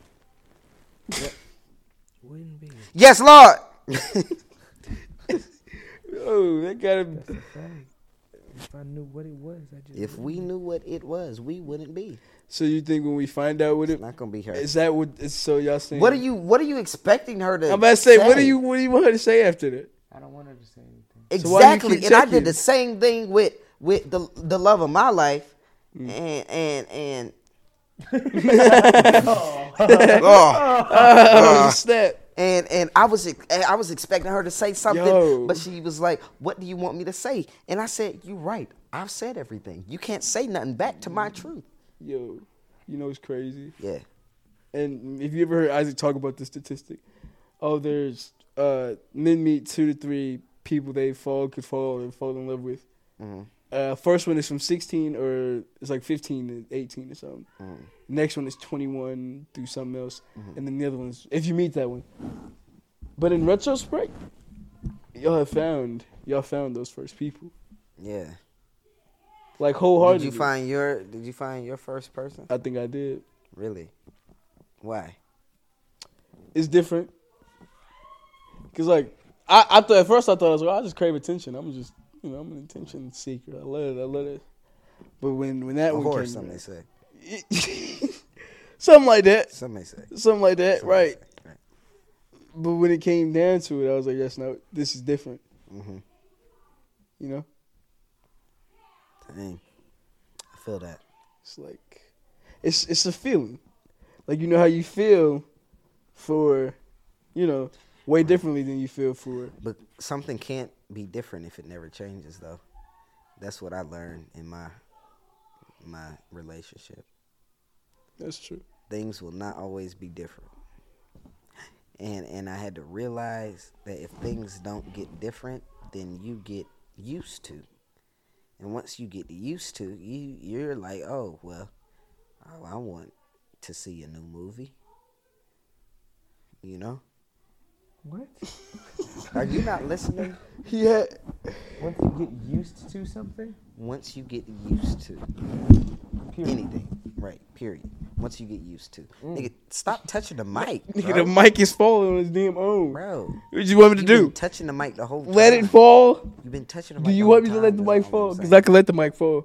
Speaker 2: Wouldn't be.
Speaker 1: Yes, Lord.
Speaker 3: Oh, that gotta
Speaker 2: That's a fact. If I knew what it was, I just.
Speaker 1: If we knew what it was, we wouldn't be.
Speaker 3: So you think when we find out what
Speaker 1: It's
Speaker 3: it
Speaker 1: not gonna be her.
Speaker 3: is that what is so y'all saying?
Speaker 1: What are you? What are you expecting her to?
Speaker 3: I'm about to say, what do you what do you want her to say after that?
Speaker 2: I don't want her to say anything.
Speaker 3: So why do you
Speaker 1: Exactly,
Speaker 3: keep
Speaker 1: and I
Speaker 3: checking?
Speaker 1: did the same thing with with the the love of my life,
Speaker 3: Mm.
Speaker 1: and and and. oh.
Speaker 3: Oh, snap.
Speaker 1: And and I was ex- I was expecting her to say something,
Speaker 3: Yo.
Speaker 1: but she was like, "What do you want me to say?" And I said, "You're right. I've said everything. You can't say nothing back to
Speaker 3: Mm.
Speaker 1: my truth."
Speaker 3: Yo, you know it's crazy.
Speaker 1: Yeah,
Speaker 3: And if you ever heard Isaac talk about the statistic, oh, there's uh, men meet two to three people they fall could fall and fall in love with.
Speaker 1: Mm-hmm.
Speaker 3: Uh, first one is from 16 or it's like 15 to 18 or something.
Speaker 1: Mm-hmm.
Speaker 3: Next one is 21 through something else, and then the other ones if you meet that one. But in retrospect, y'all have found y'all found those first people
Speaker 1: yeah.
Speaker 3: like
Speaker 1: Did
Speaker 3: wholeheartedly.
Speaker 1: you find your Did you find your first person?
Speaker 3: I think I did.
Speaker 1: Really? Why?
Speaker 3: it's different. Cause like I, I thought at first I thought I was well, I just crave attention. I'm just you know I'm an attention seeker. I love it. I love it. But when when that
Speaker 1: A
Speaker 3: one
Speaker 1: horse?
Speaker 3: came,
Speaker 1: Some may say.
Speaker 3: something like that,
Speaker 1: Some may say.
Speaker 3: something like that,
Speaker 1: Some may
Speaker 3: right?
Speaker 1: say.
Speaker 3: But when it came down to it, I was like, yes, no, this is different.
Speaker 1: Mhm.
Speaker 3: You know,
Speaker 1: Dang. I feel that.
Speaker 3: it's like it's it's a feeling. Like you know how you feel for, you know, way differently than you feel for.
Speaker 1: But something can't be different if it never changes, though. That's what I learned in my my relationship.
Speaker 3: That's true.
Speaker 1: Things will not always be different. And and I had to realize that if things don't get different, then you get used to. And once you get used to, you you're like, oh well, oh, I want to see a new movie. You know?
Speaker 2: What?
Speaker 1: Are you not listening?
Speaker 3: He had
Speaker 2: Once you get used to something,
Speaker 1: once you get used to
Speaker 2: period.
Speaker 1: anything, right? Period. Once you get used to, nigga, stop touching the mic,
Speaker 3: Mm. nigga,
Speaker 1: bro.
Speaker 3: the mic is falling on his damn own.
Speaker 1: Bro,
Speaker 3: What you want me to
Speaker 1: you
Speaker 3: do?
Speaker 1: been touching the mic the whole time.
Speaker 3: Let it fall.
Speaker 1: You've been touching the mic.
Speaker 3: Do you
Speaker 1: whole
Speaker 3: want me to let
Speaker 1: time,
Speaker 3: the
Speaker 1: that's
Speaker 3: mic
Speaker 1: all I'm
Speaker 3: fall?
Speaker 1: saying.
Speaker 3: Because I can let the mic fall.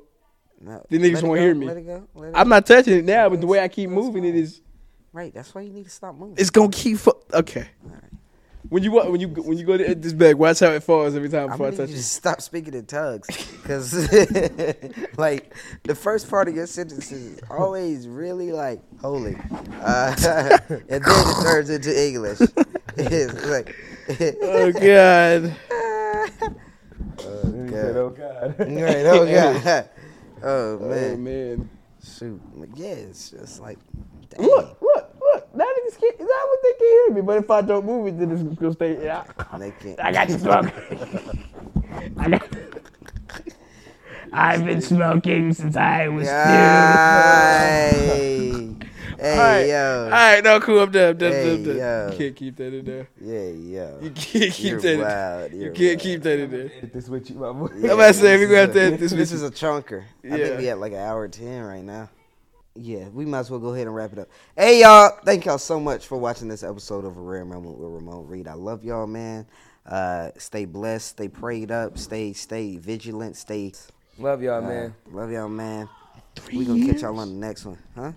Speaker 1: No.
Speaker 3: the niggas
Speaker 1: Let it
Speaker 3: won't
Speaker 1: go,
Speaker 3: hear me.
Speaker 1: Let it go. Let it
Speaker 3: I'm
Speaker 1: go.
Speaker 3: not touching it now, but the way I keep
Speaker 1: That's
Speaker 3: moving it
Speaker 1: fine.
Speaker 3: is,
Speaker 1: Right. That's why you need to stop moving.
Speaker 3: it's gonna keep. Fu- okay. When you wa- when you when you go to edit this bag, watch how it falls every time
Speaker 1: I'm
Speaker 3: before I
Speaker 1: gonna need you
Speaker 3: touch it.
Speaker 1: to stop speaking in tugs, cause like the first part of your sentence is always really like holy, uh, and then it turns into English. it's like,
Speaker 3: Oh God.
Speaker 2: Then he
Speaker 1: God.
Speaker 2: said, "Oh God."
Speaker 1: Right, oh god. Oh
Speaker 3: Oh
Speaker 1: man.
Speaker 3: man.
Speaker 1: Shoot. Like, Yeah, it's just like dang.
Speaker 2: Look, look, look. Now niggas can't. Now what they can't hear me. But if I don't move it, then it's gonna stay. Yeah,
Speaker 1: They can't
Speaker 2: I got you smoking. I got. I've been smoking since I was
Speaker 1: Ay. Hey
Speaker 3: Alright,
Speaker 1: yo.
Speaker 3: Alright, no, cool. I'm done. I'm done. I'm
Speaker 1: Hey,
Speaker 3: done.
Speaker 1: yo.
Speaker 3: You can't keep that in there.
Speaker 1: Yeah, yo.
Speaker 3: You can't keep
Speaker 1: You're
Speaker 3: that.
Speaker 1: wild,
Speaker 3: in there. You
Speaker 1: you're
Speaker 3: can't
Speaker 1: wild.
Speaker 3: keep that in there.
Speaker 2: two. Edit this with you, my boy.
Speaker 1: Yeah,
Speaker 3: I'm about to say, we
Speaker 1: this
Speaker 3: gonna have
Speaker 1: is a-
Speaker 3: to edit this
Speaker 1: This
Speaker 3: with
Speaker 1: is
Speaker 3: you.
Speaker 1: a chunker. I
Speaker 3: Yeah.
Speaker 1: think we at like an hour ten right now. Yeah, we might as well go ahead and wrap it up. Hey y'all, thank y'all so much for watching this episode of A Rare Moment with Ramon Reed. I love y'all, man. Uh, stay blessed, stay prayed up, stay stay vigilant, stay
Speaker 2: Love y'all,
Speaker 1: Uh,
Speaker 2: man.
Speaker 1: Love y'all, man. we gonna catch y'all on the next one, huh?